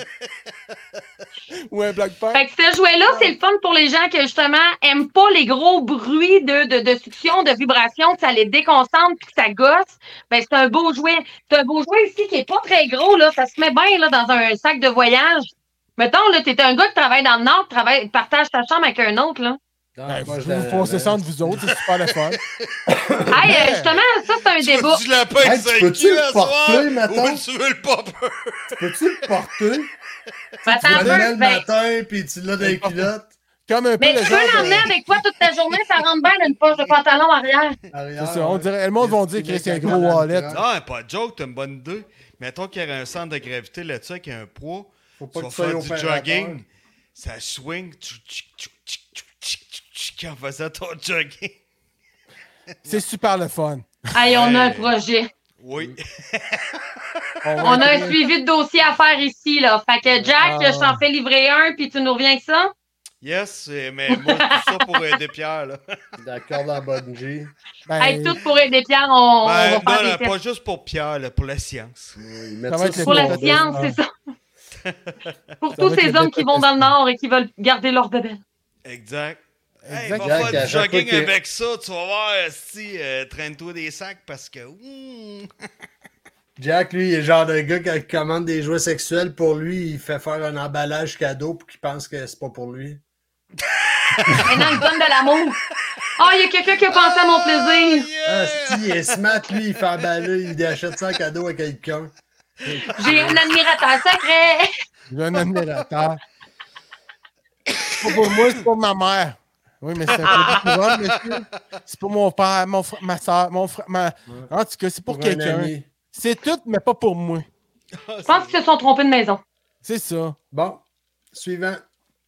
Ou un bloc père.
Fait que ce jouet-là, c'est le fun pour les gens qui, justement, aiment pas les gros bruits de, de, de succion, de vibration, que ça les déconcentre puis que ça gosse. Ben, c'est un beau jouet. C'est un beau jouet ici qui est pas très gros, là. Ça se met bien, là, dans un sac de voyage. Mettons, là, t'es un gars qui travaille dans le Nord, travaille, partage ta chambre avec un autre, là.
Dans la
Ben,
poche
vous
de
vous
la
foncez ça
main.
entre vous autres, c'est super le fun.
Hey, euh, justement, ça, c'est un débat.
Tu l'as pas
Hey, tu peux-tu le porter, mettons?
Ou tu veux le popper?
Peux-tu le porter?
Ben,
Tu
attends un
le
peu,
mets le
ben,
matin, puis tu l'as dans les culottes.
Comme un peu
Mais
le
tu peux
genre.
l'emmener
ben.
de-
avec toi toute la journée, ça rentre bien dans une poche de pantalon arrière.
Arrière,
C'est ça, on
ouais.
dirait, le monde va dire
Esti,
que c'est un
mec,
gros
madame
wallet.
Trump.
Non, pas de joke, t'as une bonne idée. Mettons qu'il y aurait un centre de gravité là-dessus avec un poids.
Faut pas
Tu vas
que tu sois
faire du
opérateur.
jogging. Ça swing. tchou, tchou, tchou, tchou, tchou, tchou, tchou, tchou, En faisant ton jogging.
C'est super le fun.
Hey, on a un
Hey.
projet.
Oui.
va
On a un
essayer.
suivi de dossier à faire ici, là. Fait que Jack,
Ah.
je t'en fais livrer un, puis tu nous reviens avec ça.
Yes, euh, mais moi, tout ça pour aider Pierre, là.
D'accord, la bonne G.
Ben,
Hey, tout pour aider Pierre, on, on
Ben,
va
non,
faire
non,
des tests.
pas juste pour Pierre, là, pour la science.
Ils mettent
Ça va
ça
être
sur
Pour
mon
la
bon,
dos.
science, c'est ça. Pour
Ça
tous
va être
ces
le
hommes qui vont dans le Nord et qui veulent garder leur bébé.
Exact. Hey,
Exact.
va
Jack,
faire
à
du
chaque fois
jogging
que-
avec ça, tu vas voir euh, si euh, traîne-toi des sacs parce que. hmm. ouh,
Jack, lui, il est le genre de gars qui commande des jouets sexuels pour lui, il fait faire un emballage cadeau pour qu'il pense que c'est pas pour lui.
Maintenant, ils donnent de l'amour. Oh, il y a quelqu'un qui a pensé à mon plaisir.
Ah, si, il est smart, lui, il fait emballer, il achète ça en cadeau à quelqu'un.
J'ai un admirateur secret.
J'ai un admirateur. C'est pas pour moi, c'est pour ma mère. Oui, mais c'est un peu pour homme, monsieur. C'est pour mon père, mon fr- ma soeur, mon frère. Ma... En tout cas, c'est pour,
Pour un
quelqu'un.
ami.
C'est tout, mais pas pour moi.
ah,
Je pense qu'ils se sont trompés de maison.
C'est ça.
Bon, suivant.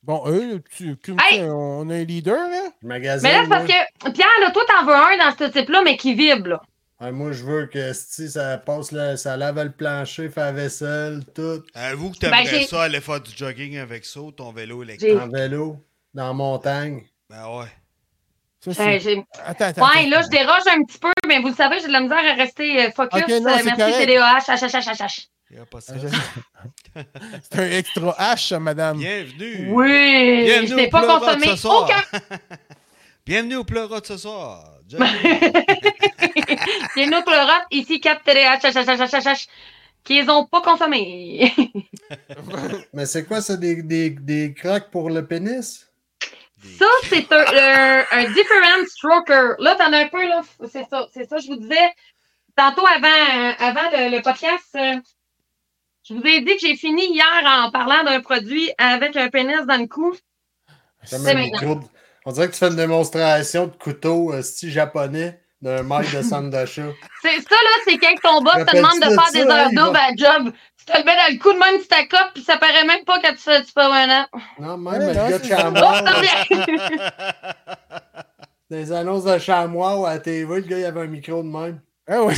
Bon, eux, tu, tu-
Hey!
on a un leader, là.
Je magasine.
Mais là, c'est parce que, Pierre, là, toi, t'en veux un dans ce type-là, mais qui vibre, là.
Ah, moi, je veux que si ça passe, là, ça lave le plancher, fait la vaisselle, tout,
Avoue que
Ben,
t'aimerais
j'ai-
ça aller faire du jogging avec ça ou ton vélo électrique.
J'ai-
en vélo, dans la montagne.
Ben ouais.
Ça,
J'ai-
c'est-
Ben, j'ai-
Attends, attends.
Ouais,
attends.
là, je déroge un petit peu, mais vous le savez, j'ai de la misère à rester euh, focus.
Ok, non,
Euh,
c'est correct.
merci, TDAH. H, H, H, H, H.
Il a pas ça.
Ah, je- c'est un extra H, ça, madame.
Bienvenue.
Oui,
Bienvenue
je
au
n'ai pas
pleurote
consommé
ce soir.
aucun.
Bienvenue au pleurote ce soir. Jack.
C'est nos pleurotes ici, Cap TDAH. H, H, H, H, H, H, qu'ils n'ont pas consommé.
Mais c'est quoi ça, des, des, des crocs pour le pénis?
ça, c'est un, un- un different stroker. Là, t'en as un peu, là. C'est ça, c'est ça, je vous disais. Tantôt, avant, euh, avant le, le podcast, euh, je vous ai dit que j'ai fini hier en parlant d'un produit avec un pénis dans le cou.
Comme
C'est
un
maintenant.
micro de- On dirait que tu fais une démonstration de couteau euh, style japonais d'un mec de Sandasha.
C'est ça, là, c'est quand ton boss te
Rappelles-tu
demande de
de
faire
ça,
des heures
hein, il
doubles
va-
à job. Tu te le mets dans le coup de même, tu t'accotes, puis ça paraît même pas quand tu fais du permanent.
Non,
Ouais,
même le
non,
gars de
c'est ça.
Chamois,
Oh, ça vient!
dans les annonces de Chamois à la TV, le gars, il avait un micro de même.
Ah oui.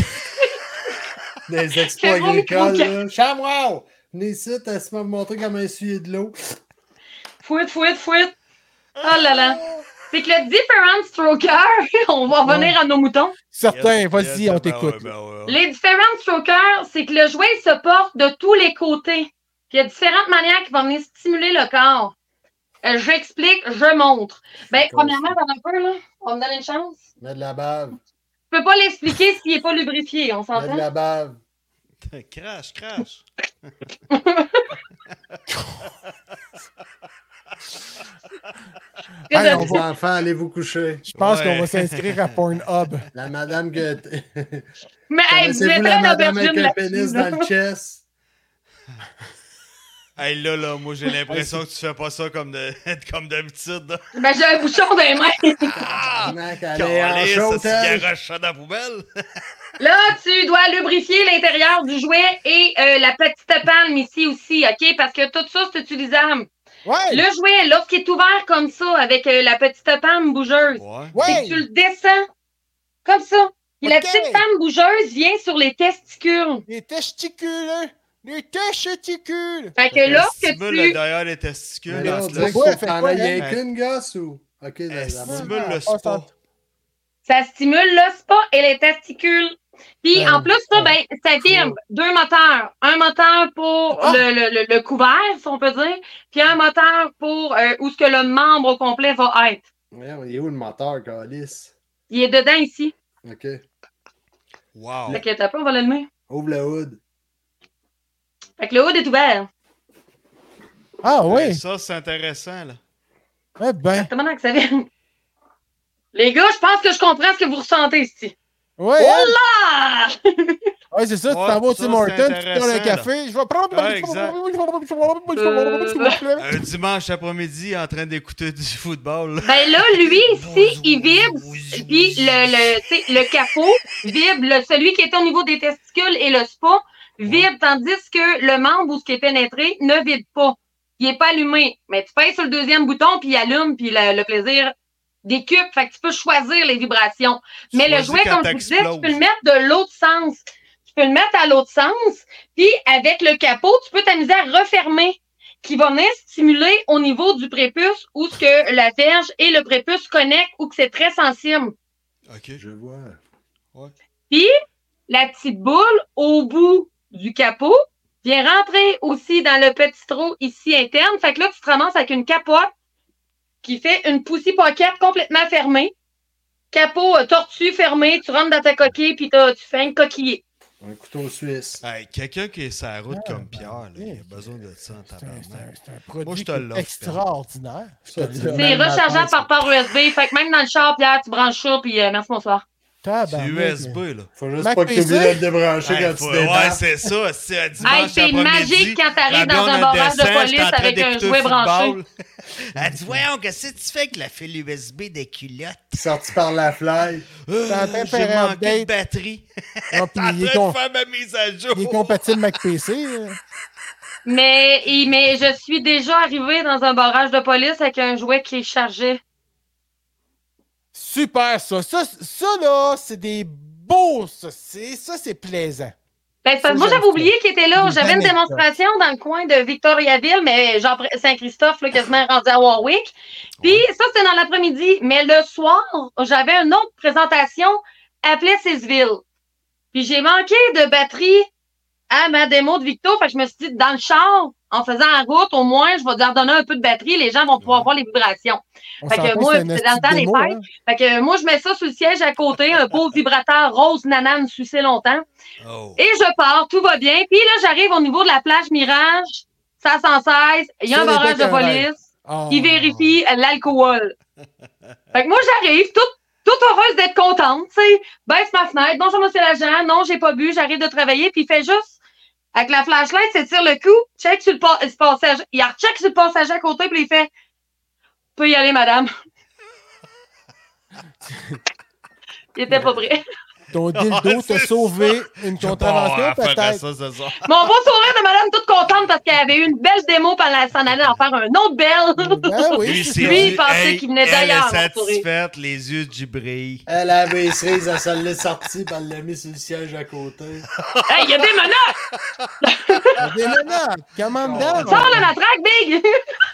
Des exploits
C'est bon,
agricoles,
micro
là. Chamois! Venez ici, t'as se me montrer comment essuyer de l'eau.
Fouette, fouette, fouette. Oh là là. C'est que le different stroker, on va revenir à nos moutons.
Certains,
Yes,
vas-y,
yes,
on
ben
t'écoute.
ouais, ben ouais, ouais.
Les différents strokers, c'est que le jouet il se porte de tous les côtés. Puis Il y a différentes manières qui vont venir stimuler le corps. Euh, J'explique, je montre. Ben,
D'accord.
premièrement, dans un peu, là, on me donne une chance.
Mets de la bave.
peux pas l'expliquer s'il n'est pas lubrifié, on
Il y a
s'entend?
de la bave.
Crash, crash.
Que
Hey,
de-
on
Les
va-
enfants, allez vous coucher.
Je pense
Ouais.
qu'on va s'inscrire à Pornhub.
La madame que.
Mais hey, vous
Connaissez-vous
êtes
la
là,
madame avec
l'aubergine
un
là-dessus,
pénis
là.
dans le chest?
Hey, là, là, moi, j'ai l'impression que tu fais pas ça comme de- comme d'habitude. là.
Ben, j'ai un bouchon dans les mains.
Ah!
Mec,
Quand
elle est en
ça
chaud, elle.
se garoche ça dans la poubelle.
Là, tu dois lubrifier l'intérieur du jouet et euh, la petite palme ici aussi, OK? Parce que tout ça, c'est utilisable.
Ouais!
Le jouet, lorsqu'il est ouvert comme ça, avec euh, la petite palme bougeuse,
Ouais.
c'est
ouais!
que tu le descends comme ça. Et la
OK.
petite palme bougeuse vient sur les testicules.
Les testicules! hein. Les testicules!
Fait que lorsque
Stimule
tu...
le derrière les testicules.
Mais là,
dans
on
ce-
dirait qu'il faut
Ouais,
que
fait
t'en
quoi,
ailles rien
hein?
qu'une gosse ou. Ok, ben, la-
Elle
la-
stimule
Ah,
le
ah, ça-
sport.
ça stimule le spa et les testicules. Puis
Ah,
en plus, ça, ben, ça vibre deux moteurs. Un moteur pour
Ah!
le, le- le- le couvert, si on peut dire, puis un moteur pour euh, où ce que le membre au complet va être.
Merde, Il est où le moteur, Calis?
Il est dedans ici.
Ok.
Wow.
Fait que t'as pas, on va le lever.
Ouvre le hood.
Fait que le haut est ouvert.
Ah
Hey,
oui!
Euh, Ça, c'est intéressant, là.
Eh ben!
Comment que ça vient? Les gars, je pense que je comprends ce que vous ressentez ici.
Ouais!
Oh
hein?
Ah!
Ouais, c'est ça, tu
Ouais,
t'en vas au
ça,
Tim Hortons, tu
c'est
te donnes un
intéressant,
café, je vais prendre...
Ouais, exact.
Euh,
Ah,
s'il vous plaît.
Un dimanche après-midi, en train d'écouter du football. là.
Ben là, lui, ici, il vibre, puis le, le, tu sais, le capot vibre, le- celui qui était au niveau des testicules et le spa vibre, tandis que le membre ou ce qui est pénétré ne vibre pas. Il n'est pas allumé. Mais tu pèses sur le deuxième bouton, puis il allume, puis le, le plaisir décupe. Fait que tu peux choisir les vibrations.
Tu
Mais le
choisis
jouet,
quand
comme je vous disais, tu
t'exploses.
peux le mettre de l'autre sens. Tu peux le mettre à l'autre sens, puis avec le capot, tu peux t'amuser à refermer qui va venir stimuler au niveau du prépuce où ce que la verge et le prépuce connectent ou que c'est très sensible.
OK.
Je vois.
La petite boule au bout du capot vient rentrer aussi dans le petit trou ici interne. Fait que là, tu te ramasses avec une capote qui fait une poussée pocket complètement fermée. Capot euh, tortue fermé, tu rentres dans ta coquille puis t'as- tu fais un coquillier.
Un couteau suisse.
Hey, quelqu'un qui est sur la route comme Pierre, là, il a besoin de ça en
Ah, C'est un- c'est un-
tabarnak.
c'est un
Moi, je
produit
te l'offre,
extraordinaire. Je te
Ça, tu-
le-
C'est
Même
rechargeable
affaire,
par port USB. Fait que même dans le char, Pierre, tu branches ça puis euh, merci, bonsoir.
C'est
Tabarnak,
USB,
mais-
là.
Faut juste
Mac
pas que tu
PC?
oublies de le débrancher
Hey,
quand
faut-
tu
ouais,
débarques.
c'est ça. C'est un dimanche
Hey, c'est
après-midi,
magique quand
la
t'arrives dans
blonde,
un
elle
barrage
descend,
de
j'étais en
police
train
avec un
d'écouter
jouet
le
branché.
football. Elle dit Voyons, qu'est-ce que tu fais avec la file USB des culottes
Sorti par la fly.
Euh,
en train de
J'ai
faire un
manqué de
update.
batterie.
Ah, puis
T'es en
il est
train
con-
de faire ma mise à jour.
il est compatible Mac PC. euh.
Mais, et- mais je suis déjà arrivée dans un barrage de police avec un jouet qui est chargé.
Super, ça. Ça, ça là, c'est des beaux, ça. C'est- Ça, c'est plaisant.
Ben, c'est parce que moi,
Ça, j'aime
j'avais oublié qu'il était là.
Une
J'avais une
anecdote.
démonstration dans le coin de Victoriaville, mais genre Saint-Christophe, là, quasiment rendu à Warwick. Puis ça, c'était dans l'après-midi. Mais le soir, j'avais une autre présentation appelée Césville. Puis j'ai manqué de batterie à ma démo de Victo. Fait que je me suis dit, dans le char, en faisant la route, au moins, je vais leur donner un peu de batterie. Les gens vont pouvoir voir les vibrations.
On
Fait que
s'entend
moi,
une
c'est dans le temps
hostie
des
de démo,
fêtes.
hein.
Fait que euh, moi, je mets ça sur le siège à côté, un beau vibrateur rose nanane sucé longtemps.
Oh.
Et je pars, tout va bien. Puis là, j'arrive au niveau de la plage Mirage, ça 116, il y a
Ça, les
un barrage de
becs en l'air.
police,
Ah.
il vérifie euh, l'alcool. Fait que moi, j'arrive, toute, toute heureuse d'être contente, tu sais. Baisse ma fenêtre, bonjour, monsieur l'agent, non, j'ai pas bu, j'arrive de travailler, puis il fait juste, avec la flashlight, s'étire le cou, check sur le pa- le passager, il recheck sur le passager à côté, puis il fait, peut y aller, madame. il était pas prêt.
Ton dildo
Ouais,
t'a
c'est
sauvé une
Je pars
contravention,
à faire
peut-être.
Ah, ça ce soir.
Mon beau sourire de madame toute contente parce qu'elle avait eu une belle démo pendant elle s'en allait en faire un autre belle.
Ben oui,
Lui,
c'est
c'est
ça.
Lui, il
dit,
pensait
hey,
qu'il venait d'ailleurs,
Elle
mon
est
sourire.
satisfaite, les yeux du brille.
Elle a Eh, la cerise, elle s'en l'est sortie, puis elle l'a mis sur le siège à côté.
hey, il y a des menaces!
Des menaces, commandant.
Sors la matraque, Big!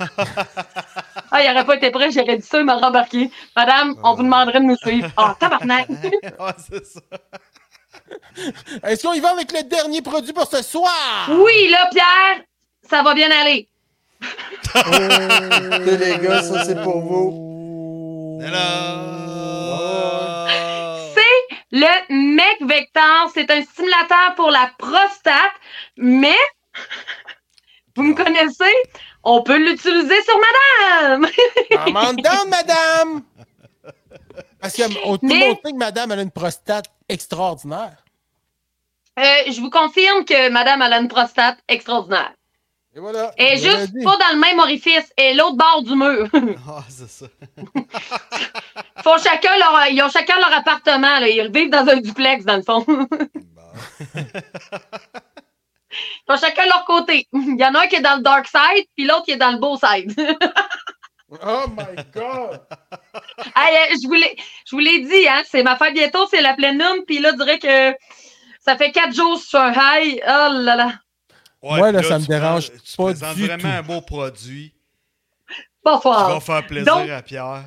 ah, il aurait pas été prêt, j'aurais dit ça, il m'a rembarqué. Madame, on vous demanderait de nous suivre. Ah, tabarnak!
Ouais, c'est ça.
Est-ce qu'on y va avec le dernier produit pour ce soir?
oui, là, Pierre, ça va bien aller.
Écoutez, les gars,
Oh.
ça c'est pour vous.
vous.
Hello!
C'est Le mec Vector, c'est un stimulateur pour la prostate, mais vous me
Ah.
connaissez, on peut l'utiliser sur madame.
Maman donne, madame! Parce qu'on tout
Mais-
le monde sait que madame elle a une prostate extraordinaire.
Euh, je vous confirme que madame elle a une prostate extraordinaire.
Et voilà.
Elle est
je l'ai
juste
dit.
pas dans le même orifice, elle est l'autre bord du mur.
Ah, c'est ça.
Font chacun leur, ils ont chacun leur appartement. Là. Ils vivent dans un duplex, dans le fond. Ils ont chacun leur côté. Il y en a un qui est dans le dark side, puis l'autre qui est dans le beau side.
Oh my god!
Hey, euh, je vous l'ai- je vous l'ai dit, hein, c'est ma fête bientôt, c'est la pleine lune, puis là, je dirais que ça fait quatre jours sur un high. Oh là là.
Moi, là,
puis
ça me
tu prends-
dérange
Tu
pas
présentes
du
vraiment
tout.
un beau produit.
Pas
Tu vas
fort.
faire plaisir
Ah. Donc,
à Pierre.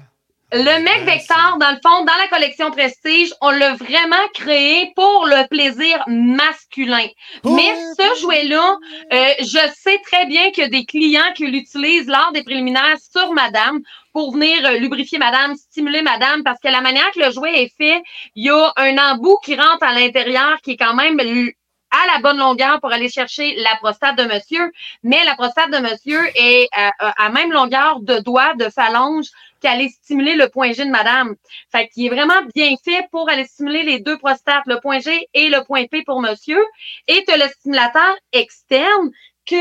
Le mec
Ben,
Vector, dans le fond, dans la collection Prestige, on l'a vraiment créé pour le plaisir masculin.
Oh,
Mais ce jouet-là, euh, je sais très bien qu'il y a des clients qui l'utilisent lors des préliminaires sur madame pour venir euh, lubrifier madame, stimuler madame, parce que la manière que le jouet est fait, il y a un embout qui rentre à l'intérieur qui est quand même l- à la bonne longueur pour aller chercher la prostate de monsieur, mais la prostate de monsieur est à, à- à même longueur de doigt, de phalange, qu'aller stimuler le point G de madame. Fait qu'il est vraiment bien fait pour aller stimuler les deux prostates, le point G et le point P pour monsieur. Et tu le stimulateur externe que,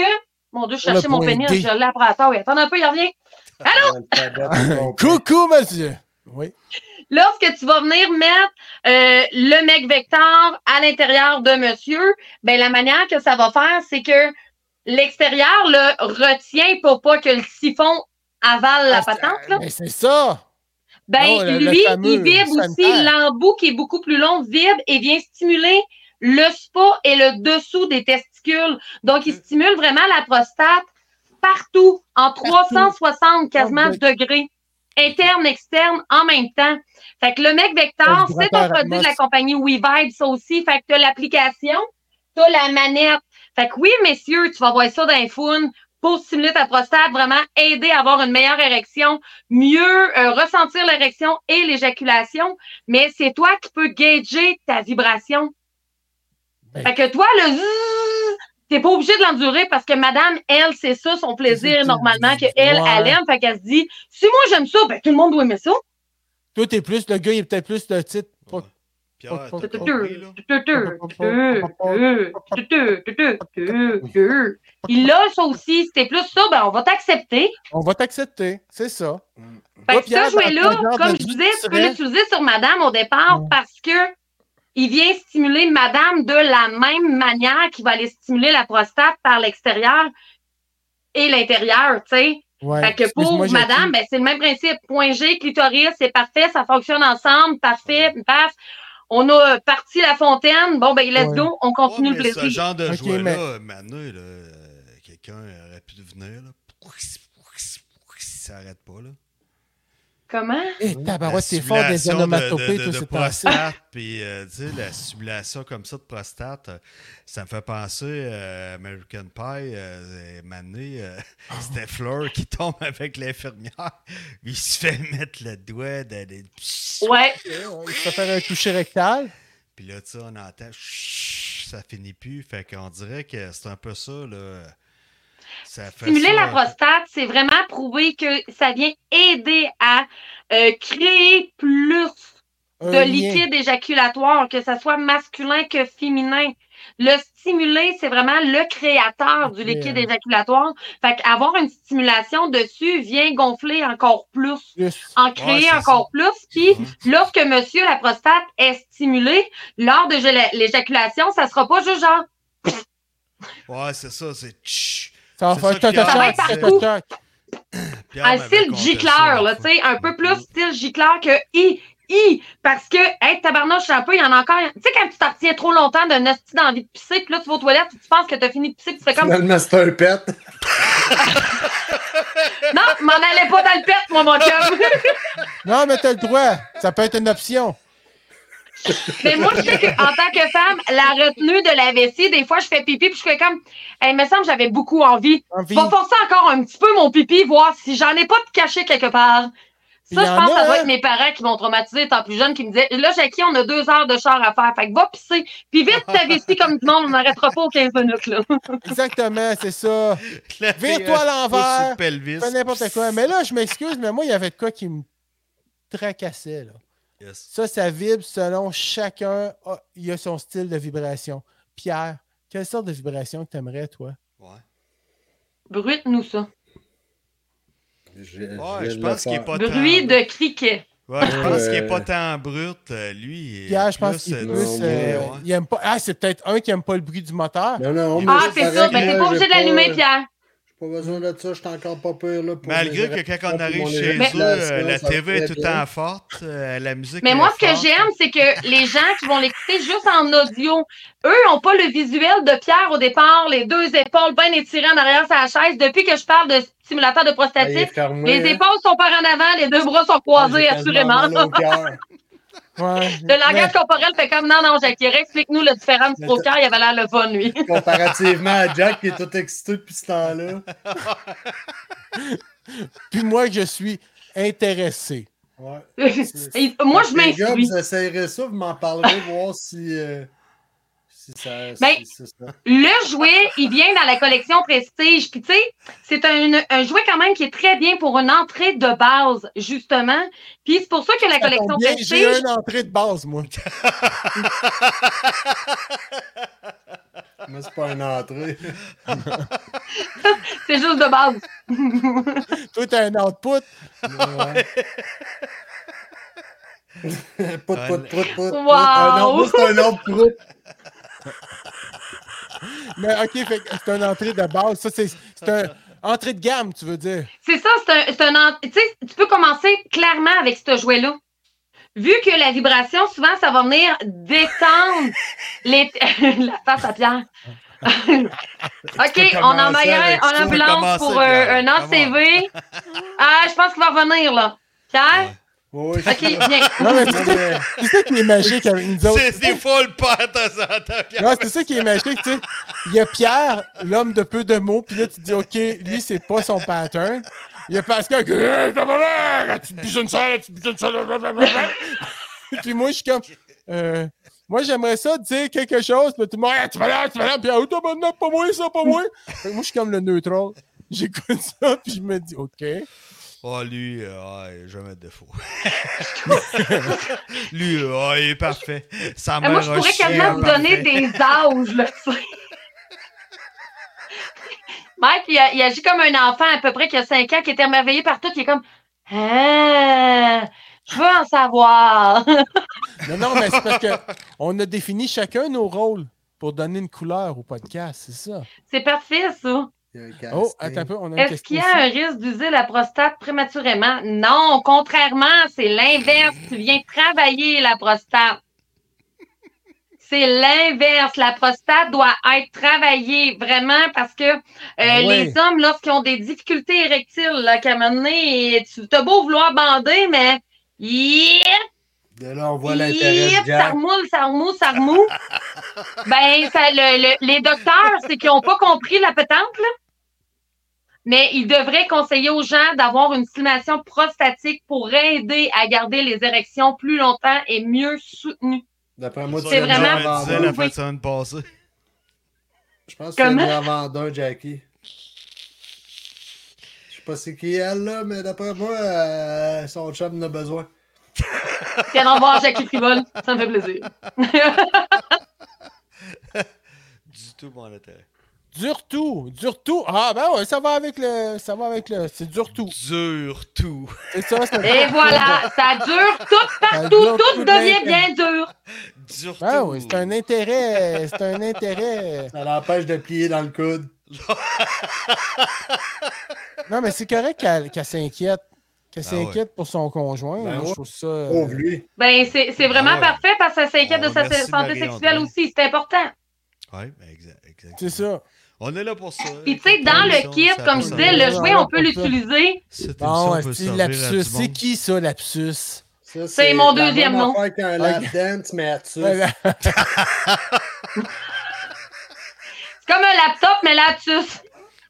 mon Dieu, je
Pour le
cherchais mon
point
pénis,
D.
je l'ai après attends, Ah oui, attends un peu, il revient.
Coucou, monsieur! Oui.
lorsque tu vas venir mettre euh, le mec vecteur à l'intérieur de monsieur, ben la manière que ça va faire, c'est que l'extérieur le retient pour pas que le siphon avale la
Ah,
patente. Là.
Mais c'est ça!
Ben
non, le- le
lui,
fameux
il vibre aussi
sanitaire.
l'embout qui est beaucoup plus long, vibre et vient stimuler le spa et le dessous des testicules. Donc, il
Euh.
stimule vraiment la prostate partout, en 360 quasiment
Oh, oui.
degrés, interne, externe, en même temps. Fait que le mec Vector,
Le
c'est un
vibrateur
produit de la
Atmos.
compagnie WeVibe, ça aussi. Fait que t'as l'application, t'as la manette. Fait que oui, messieurs, tu vas voir ça dans les founes pour stimuler ta prostate, vraiment aider à avoir une meilleure érection, mieux euh, ressentir l'érection et l'éjaculation. Mais c'est toi qui peux gager ta vibration.
Ben.
Fait que toi, le zzzz, t'es pas obligé de l'endurer parce que madame, elle, c'est ça son
C'est
plaisir
ça,
normalement qu'elle, elle,
ouais.
elle aime. Fait qu'elle se dit, si moi j'aime ça, ben tout le monde doit aimer ça.
Toi, t'es plus, le gars, il est peut-être plus le titre. Pas-
Pierre,
Tout,
t'as
tout,
compris, là?
Il a ça aussi. C'était plus ça, ben on va t'accepter.
On va t'accepter, c'est ça.
Fait
Ouais,
que
Pierre,
ce
dans le
jouet-là,
programme
comme
de
je
vie,
disais,
tu
tu peux
serais-
l'utiliser sur madame au départ
Ouais.
parce que il vient stimuler madame de la même manière qu'il va aller stimuler la prostate par l'extérieur et l'intérieur, tu sais.
Ouais.
Fait que pour
Excuse-moi, j'ai
madame, ben, c'est le même principe. Point G, clitoris, c'est parfait, ça fonctionne ensemble, parfait, paf. On a parti la fontaine, bon, ben, let's
Ouais.
go, on
Ouais,
continue
Oh, mais
le
Ce
plaisir.
genre de
Ok,
jouet-là, Manu, là, euh, quelqu'un aurait pu venir. Là. Ça n'arrête pas. Là.
Comment?
Eh, tabarouette,
La
c'est fort des
simulation de-
onomatopées,
de-
tout
de, de
c'est passé.
prostate, puis euh, tu sais, la simulation comme ça de prostate, euh, ça me fait penser à American Pie, euh, et Mané, euh,
Ah.
c'était Fleur qui tombe avec l'infirmière, il se fait mettre le doigt dans les...
Ouais.
Il se fait faire un toucher rectal.
Puis là, tu sais, on entend, chut, ça finit plus, fait qu'on dirait que c'est un peu ça, là. Ça fait
Stimuler
ça,
la
euh,
un peu.
prostate, c'est vraiment prouver que ça vient aider à euh, créer plus
Un
de
lien.
liquide éjaculatoire, que ce soit masculin que féminin. Le stimuler, c'est vraiment le créateur du
Ok,
liquide
hein.
éjaculatoire. Fait qu'avoir une stimulation dessus vient gonfler encore plus,
Plus.
en créer
c'est
encore plus. Puis,
Ouais.
Mhm.
lorsque monsieur, la prostate est stimulée, lors de gé- l'éjaculation, ça sera pas juste genre,
Ouais, c'est ça, c'est chut.
Ça
C'est
va
ça
faire
qui a-
Ça va être
toc toc
partout.
toc
Pierre
un
m'avait
style
conté ça,
gicleur, là,
la
tu sais, un peu plus
Mhm.
style gicleur que i, i, parce que, hey, tabarnouche, un peu, il y en a encore, tu sais, quand tu t'en retiens trop longtemps d'un hostie d'envie de pisser, puis là, tu vas aux toilettes, puis tu penses que t'as fini de pisser, puis tu fais comme, non,
Finalement, c'est un pet.
m'en allais pas dans le pet, moi, mon chum.
Non, mais t'as le droit. Ça peut être une option.
Mais moi, je sais qu'en tant que femme, la retenue de la vessie, des fois, je fais pipi, puis je fais comme, hey, il me semble que j'avais beaucoup envie.
Envie.
Je vais forcer encore un petit peu mon pipi, voir si j'en ai pas de caché quelque part.
Il
Ça,
y
je
en
pense que
a,
ça doit
hein?
être mes parents qui m'ont traumatisé étant plus jeune, qui me disaient Là, Jackie, on a deux heures de char à faire. Fait que va pisser. Puis vite, t'avises comme tout le monde, on n'arrêtera pas aux 15 minutes. Là.
Exactement, c'est ça. Vire-toi à l'envers.
Au-dessus de pelvis.
Fais n'importe quoi. Mais là, je m'excuse, mais moi, il y avait de quoi qui me tracassait. Là.
Yes.
Ça, ça vibre selon chacun. Ah, il a son style de vibration. Pierre, quelle sorte de vibration que t'aimerais, toi?
Ouais.
Bruite-nous ça.
Je,
Ouais, je pense qu'il est pas
Bruit
tant...
de criquet.
Ouais, je pense qu'il est
Ouais.
pas tant brut, euh, lui. il est
Pierre, je pense
plus,
qu'il est
euh,
plus.
non,
euh,
ouais.
il aime pas. Ah, c'est peut-être un qui aime pas le bruit du moteur.
Non, non, mais
Ah,
c'est
c'est ça.
correct,
Ben,
là,
t'es pas
j'ai
obligé d'allumer,
pas-
Pierre.
Pas besoin de ça, je suis encore pas pire là. Pour
Malgré
mes
que quand on
oreilles,
arrive
mon
chez eux,
oreille,
euh,
ça,
la
ça
TV est
fait
tout le
bien.
temps forte, euh, la musique.
Mais
elle
moi,
est
ce que
forte.
j'aime, c'est que les gens qui vont l'écouter juste en audio, eux n'ont pas le visuel de Pierre au départ, les deux épaules bien étirées en arrière sa chaise. Depuis que je parle de stimulateur
Ah,
de
il est
prostatique,
fermé,
les
hein.
épaules sont par en avant, les deux bras sont
Ah,
croisés,
j'ai quasiment
assurément.
mal au cœur.
Ouais.
Le langage corporel fait comme non, non, Jackie, explique-nous le différent du broker, il avait l'air le fun, lui.
Comparativement à Jack qui est tout excité depuis ce temps-là.
Puis moi, je suis intéressé.
Ouais.
Il- Moi, je
Les gars,
m'inscris.
vous essayerez ça, vous m'en parlerez, voir si, euh, si ça. si
Ben,
c'est ça.
Le jouet, il vient dans la collection Prestige. Puis, tu sais, c'est un, un jouet quand même qui est très bien pour une entrée de base, justement. Puis, c'est pour ça que la collection
Bien, j'ai
Prestige,
une entrée de base, moi.
Moi, c'est pas une entrée.
c'est juste de base.
Toi, t'as un output.
Ouais. pout, pout, pout, pout.
Wow!
Ah non, moi, c'est un autre prout.
Mais OK, fait que c'est une entrée de base. Ça, c'est c'est un entrée de gamme, tu veux dire.
C'est ça, c'est un. c'est un en- tu sais, tu peux commencer clairement avec ce jouet-là. Vu que la vibration, souvent, ça va venir détendre les. la face à Pierre. OK,
Tu peux
on en
commencer
un
avec
en
ça,
ambulance
commencer,
pour euh,
Pierre.
un
Come on.
ACV. Ah, je pense qu'il va revenir, là. Pierre?
Ouais,
OK, viens.
Non, mais
Non, mais-
c'est ça qui est magique avec nous autres.
C'est des fois le père de temps en temps, Pierre.
Non, c'est ça qui est magique, tu sais. Il y a Pierre, l'homme de peu de mots, puis là, tu dis, OK, lui, c'est pas son pattern. Il y a Pascal qui, Hey, ta maman, tu te biches une selle, tu te biches une selle, blablabla. Puis moi, je suis comme, euh, moi, j'aimerais ça dire quelque chose, puis tout le monde, Hey, tu vas là, tu vas là, puis Ah, t'as pas de note, pas moi, ça, pas moi. Fait que moi, je suis comme le neutral. J'écoute ça, puis je me dis, OK.
Oh, lui, euh, ah, il a jamais de défaut. lui, euh, ah, il est parfait. Sa
Ah,
mère
moi, je
a
pourrais
chien
quasiment vous
parfait.
donner des âges, là, tu sais. Mike, il, a- il agit comme un enfant à peu près qui a 5 ans, qui est émerveillé par tout, qui est comme Ah, je veux en savoir.
Non, non, mais c'est parce que on a défini chacun nos rôles pour donner une couleur au podcast, c'est ça.
C'est parfait, ça.
Il y a un
Ah,
casting.
Oh, attends un peu, on a une
Est-ce
question
qu'il y
ici.
a un risque d'user la prostate prématurément? Non, contrairement, c'est l'inverse. Tu viens travailler la prostate. C'est l'inverse. La prostate doit être travaillée vraiment parce que euh,
Ah
les hommes, lorsqu'ils ont des difficultés érectiles, là, qu'à un moment donné, tu as beau vouloir bander, mais yip,
De là, on voit l'intérêt
yip,
de
ça
Jack.
remoule, ça remoule, ça remoule. ben, ça, le- le- les docteurs, c'est qu'ils n'ont pas compris la pétanque, là. Mais ils devraient conseiller aux gens d'avoir une stimulation prostatique pour aider à garder les érections plus longtemps et mieux soutenues.
D'après moi, tu
C'est
es
vraiment-
un
Je disais la
vendeur.
fin de semaine passée.
Je pense que c'est un
Comment?
grand vendeur, Jackie. Je sais pas c'est qui elle, là, mais d'après moi, euh, son chum en a besoin.
Viendront voir Jackie Frivol, ça me fait plaisir.
Du tout mon intérêt.
Dur tout, dur tout. Ah ben ouais, ça va avec le. Ça va avec le. C'est dur tout.
Dur tout.
C'est ça, c'est
Et voilà, ça dure tout partout,
dure
tout
tout
devient
bien.
bien dur.
Dur
Ah
tout.
oui, c'est un intérêt. C'est un intérêt.
Ça l'empêche de plier dans le coude.
Non, mais c'est correct qu'elle qu'elle s'inquiète. Qu'elle
Ah
s'inquiète pour son conjoint.
Ben
Moi,
ouais.
je trouve ça. euh,
Pauvre lui.
Ben, c'est c'est vraiment
Ah ouais.
parfait parce que ça s'inquiète
On
de sa
remercie
santé
Marie-André.
sexuelle aussi, c'est important.
Ouais, ben, exact, exact.
C'est ça.
On est là pour ça.
Puis, tu sais, dans le kit, comme je disais, le jouet, on peut l'utiliser.
Cette
Bon,
émission
Ah ouais,
peut
c'est
servir à
lapsus.
du
C'est
monde.
qui ça, lapsus?
Ça,
C'est mon
la
deuxième
même
nom.
affaire qu'un lap dance, mais à dessus.
Ouais,
C'est comme un laptop, mais lapsus.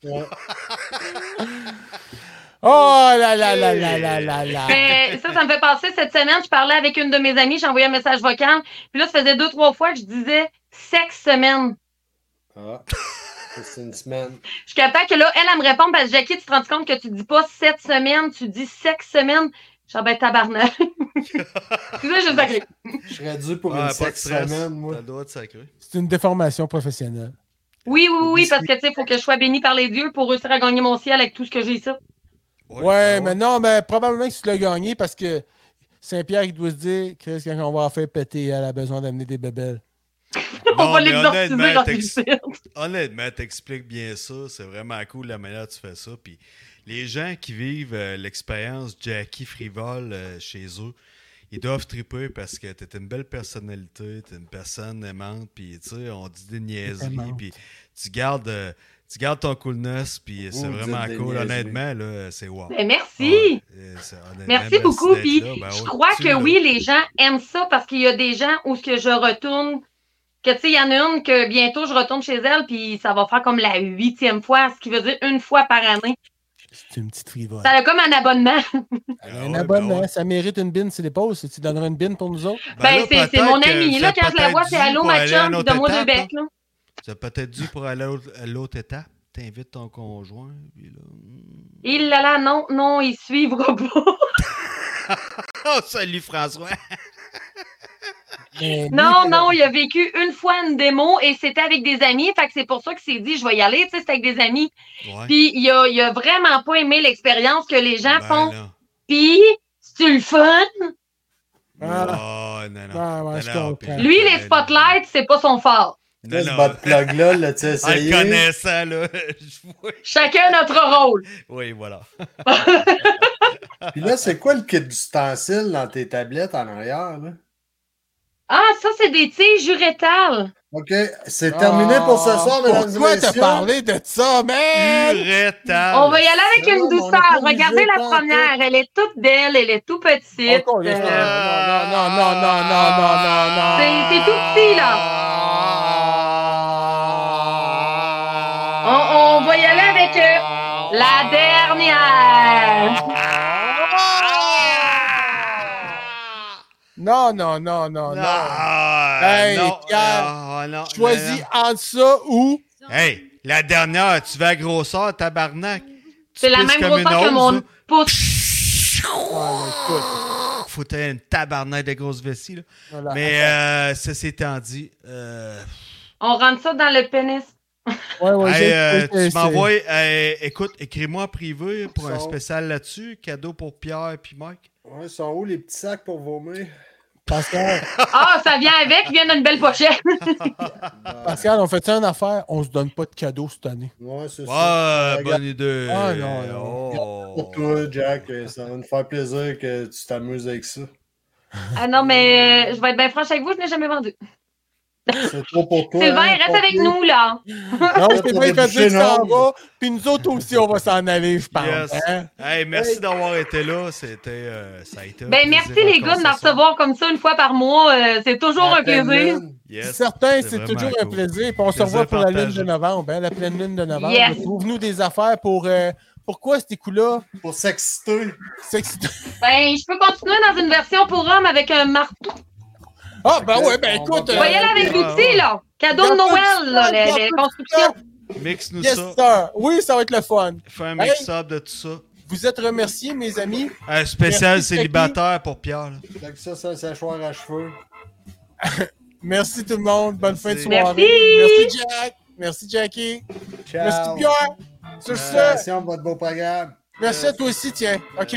Ouais.
Oh là là là là là là
Ah.
là.
Mais ça, ça me fait penser, cette semaine, je parlais avec une de mes amies, j'ai envoyé un message vocal. Puis là, ça faisait deux, trois fois que je disais sexe semaine.
Ah, c'est une semaine.
Jusqu'à temps que là, elle, elle me répond parce que Jackie, tu te rends compte que tu dis pas cette semaine, tu dis sexe semaine. Genre, ben, tabarnak. c'est ça, je sais que-
Je serais dû pour
Ah,
une
pas de
sept
stress.
semaine, moi.
T'as le droit de sacrer.
C'est une déformation professionnelle.
Oui, oui, oui, parce que, tu sais, faut que je sois bénie par les dieux pour réussir à gagner mon ciel avec tout ce que j'ai ça.
Ouais, mais non, mais probablement que tu l'as gagné parce que Saint-Pierre, il doit se dire, Chris, quand on va la faire péter, elle a besoin d'amener des bébelles.
On
Non,
va
mais
l'exorciser
honnêtement,
quand
t'es-
il sait.
Honnêtement, t'expliques bien ça. C'est vraiment cool la manière dont tu fais ça. Puis les gens qui vivent euh, l'expérience Jackie Frivole euh, chez eux, ils doivent triper parce que t'es une belle personnalité, t'es une personne aimante, puis tu sais, on dit des niaiseries,
Aimante.
puis tu gardes, euh, tu gardes ton coolness, puis c'est
Vous
vraiment
dites des
cool.
niaiseries.
Honnêtement, là, c'est wow.
Ben, merci.
Ouais, euh, c'est- honnêtement,
Merci, beaucoup.
d'être
Puis
là. Ben
je
ouais,
crois
tu
que
l'as.
oui, les gens aiment ça parce qu'il y a des gens où ce que je retourne, que tu sais, il y en a une que bientôt je retourne chez elle, puis ça va faire comme la huitième fois, ce qui veut dire une fois par année.
C'est une petite frivole.
Ça a comme un abonnement.
Elle
Ah
a un
ouais, ben
abonnement,
ouais.
ça mérite une bine, c'est des pauses. Si tu donneras une bine pour nous autres,
Ben,
là,
c'est- c'est
peut-être
mon
que
ami.
ça
Là,
a
quand je la
peut-être
vois, c'est
dû
Allô,
pour
ma
aller à une
chum, ben.
autre
de moi deux
étape, hein.
becs, là.
Tu as peut-être dû pour aller à l'autre- à l'autre étape. T'invites ton conjoint. puis là, hmm.
Il là là, non, non, il suivra pas.
Oh, salut François!
mais
Non,
lui,
non, il a vécu une fois une démo et c'était avec des amis. Fait que c'est pour ça qu'il s'est dit, je vais y aller, tu sais, c'était avec des amis.
Ouais.
Puis il a, il a vraiment pas aimé l'expérience que les gens
Ben
font.
là.
Puis, c'est le fun.
Ah.
Oh, non, non.
Ah, ouais,
Non,
je
non,
comprends.
puis-
Lui,
non,
les
non.
spotlights, c'est pas son fort.
Non,
Là, ce
non.
bot plug-là, là, tu as
En le
essayé.
connaissant, là, je vois.
Chacun notre rôle.
Oui, voilà.
Puis là, c'est quoi le kit d'ustensile dans tes tablettes en arrière? Là?
Ah, ça, c'est des tiges urétales.
OK, c'est terminé pour ce
Ah,
soir, mesdames et
Pourquoi t'as
messieurs.
parlé de ça, man?
Hum. Urétale.
Euh, On va y aller avec
ça,
une
on
douceur.
n'a pas
Regardez
obligé
la
tant que-
première. Elle est toute belle, elle est tout petite.
Encore, là, c'est-
Euh,
Non, non, non, non, non, non, non, non.
C'est c'est tout petit, là. On, on va y aller avec euh, la
Ah!
dernière.
Non, non, non, non, non.
Ah,
Hey,
non,
Pierre,
ah, non,
Choisis
non,
entre ça ou.
non. Hey, la dernière, tu vas à grosseur, tabarnak. Tu
C'est la
pisses
même
comme une hein?
grosseur que
once, là.
mon pouce.
Ouais, Ah, ben, écoute,
Faut t'avoir une tabarnak de grosses vessies, là.
voilà.
Mais euh, ceci étant dit, euh,
On rentre ça dans le pénis.
Ouais, ouais,
hey,
j'ai-
euh,
j'ai-
tu m'envoies, euh, écoute, écris-moi en privé pour un
Son.
spécial là-dessus, cadeau pour Pierre puis Mike.
Ouais, ils sont où les petits sacs pour vomir?
Pascal,
Ah, ça vient avec, il vient d'une belle pochette.
Pascal, on fait ça une affaire, on se donne pas de cadeau cette année.
Ouais, c'est ça.
Ah,
regarde.
bonne idée.
Ah, non, non.
Oh.
Pour toi, Jack, euh, ça va nous faire plaisir que tu t'amuses avec ça.
Ah non, mais je vais être bien franche avec vous, je n'ai jamais vendu.
C'est trop pour toi.
Sylvain,
hein,
reste
pompier.
avec nous, là.
Non, c'est
t'as
vrai que
débouché,
tu s'en
non.
vas, puis nous autres aussi, on va s'en aller, je pense.
Yes.
hein.
Hey, merci d'avoir été là. C'était, euh, ça a été. un
Ben,
plaisir
merci les
encore
gars de
ce
me
soir.
recevoir comme ça une fois par mois. euh, c'est toujours un plaisir.
Appelle-le.
C'est
Yes.
certain,
c'est
c'est
vraiment
toujours un
cool.
plaisir. Puis on se
Plaisir
revoit pour la lune
partagé.
de novembre, hein, la pleine lune de novembre.
Yes.
Trouve-nous des affaires pour. euh, pourquoi ces coups-là
Pour s'exciter.
s'excitent?
Ben, je peux continuer dans une version pour hommes avec un marteau.
Ah, ben ouais, ben écoute.
Vous voyez là avec
ouais,
l'outil,
ouais.
là. Cadeau de Noël, là, les, les constructions.
Mixe nous
Yes,
ça.
sir. Oui, ça va être le fun.
Fais un mix-up de tout ça.
Vous êtes remerciés, mes amis.
Un spécial
Merci, Jackie.
célibataire pour Pierre. là.
Donc ça, c'est un séchoir à cheveux.
Merci tout le monde. Bonne fin de
Merci.
soirée.
Merci.
Merci, Jack. Merci, Jackie.
Ciao.
Merci, Pierre. Sur ce,
Félicitations pour votre Euh, beau programme.
merci à toi aussi, tiens. OK,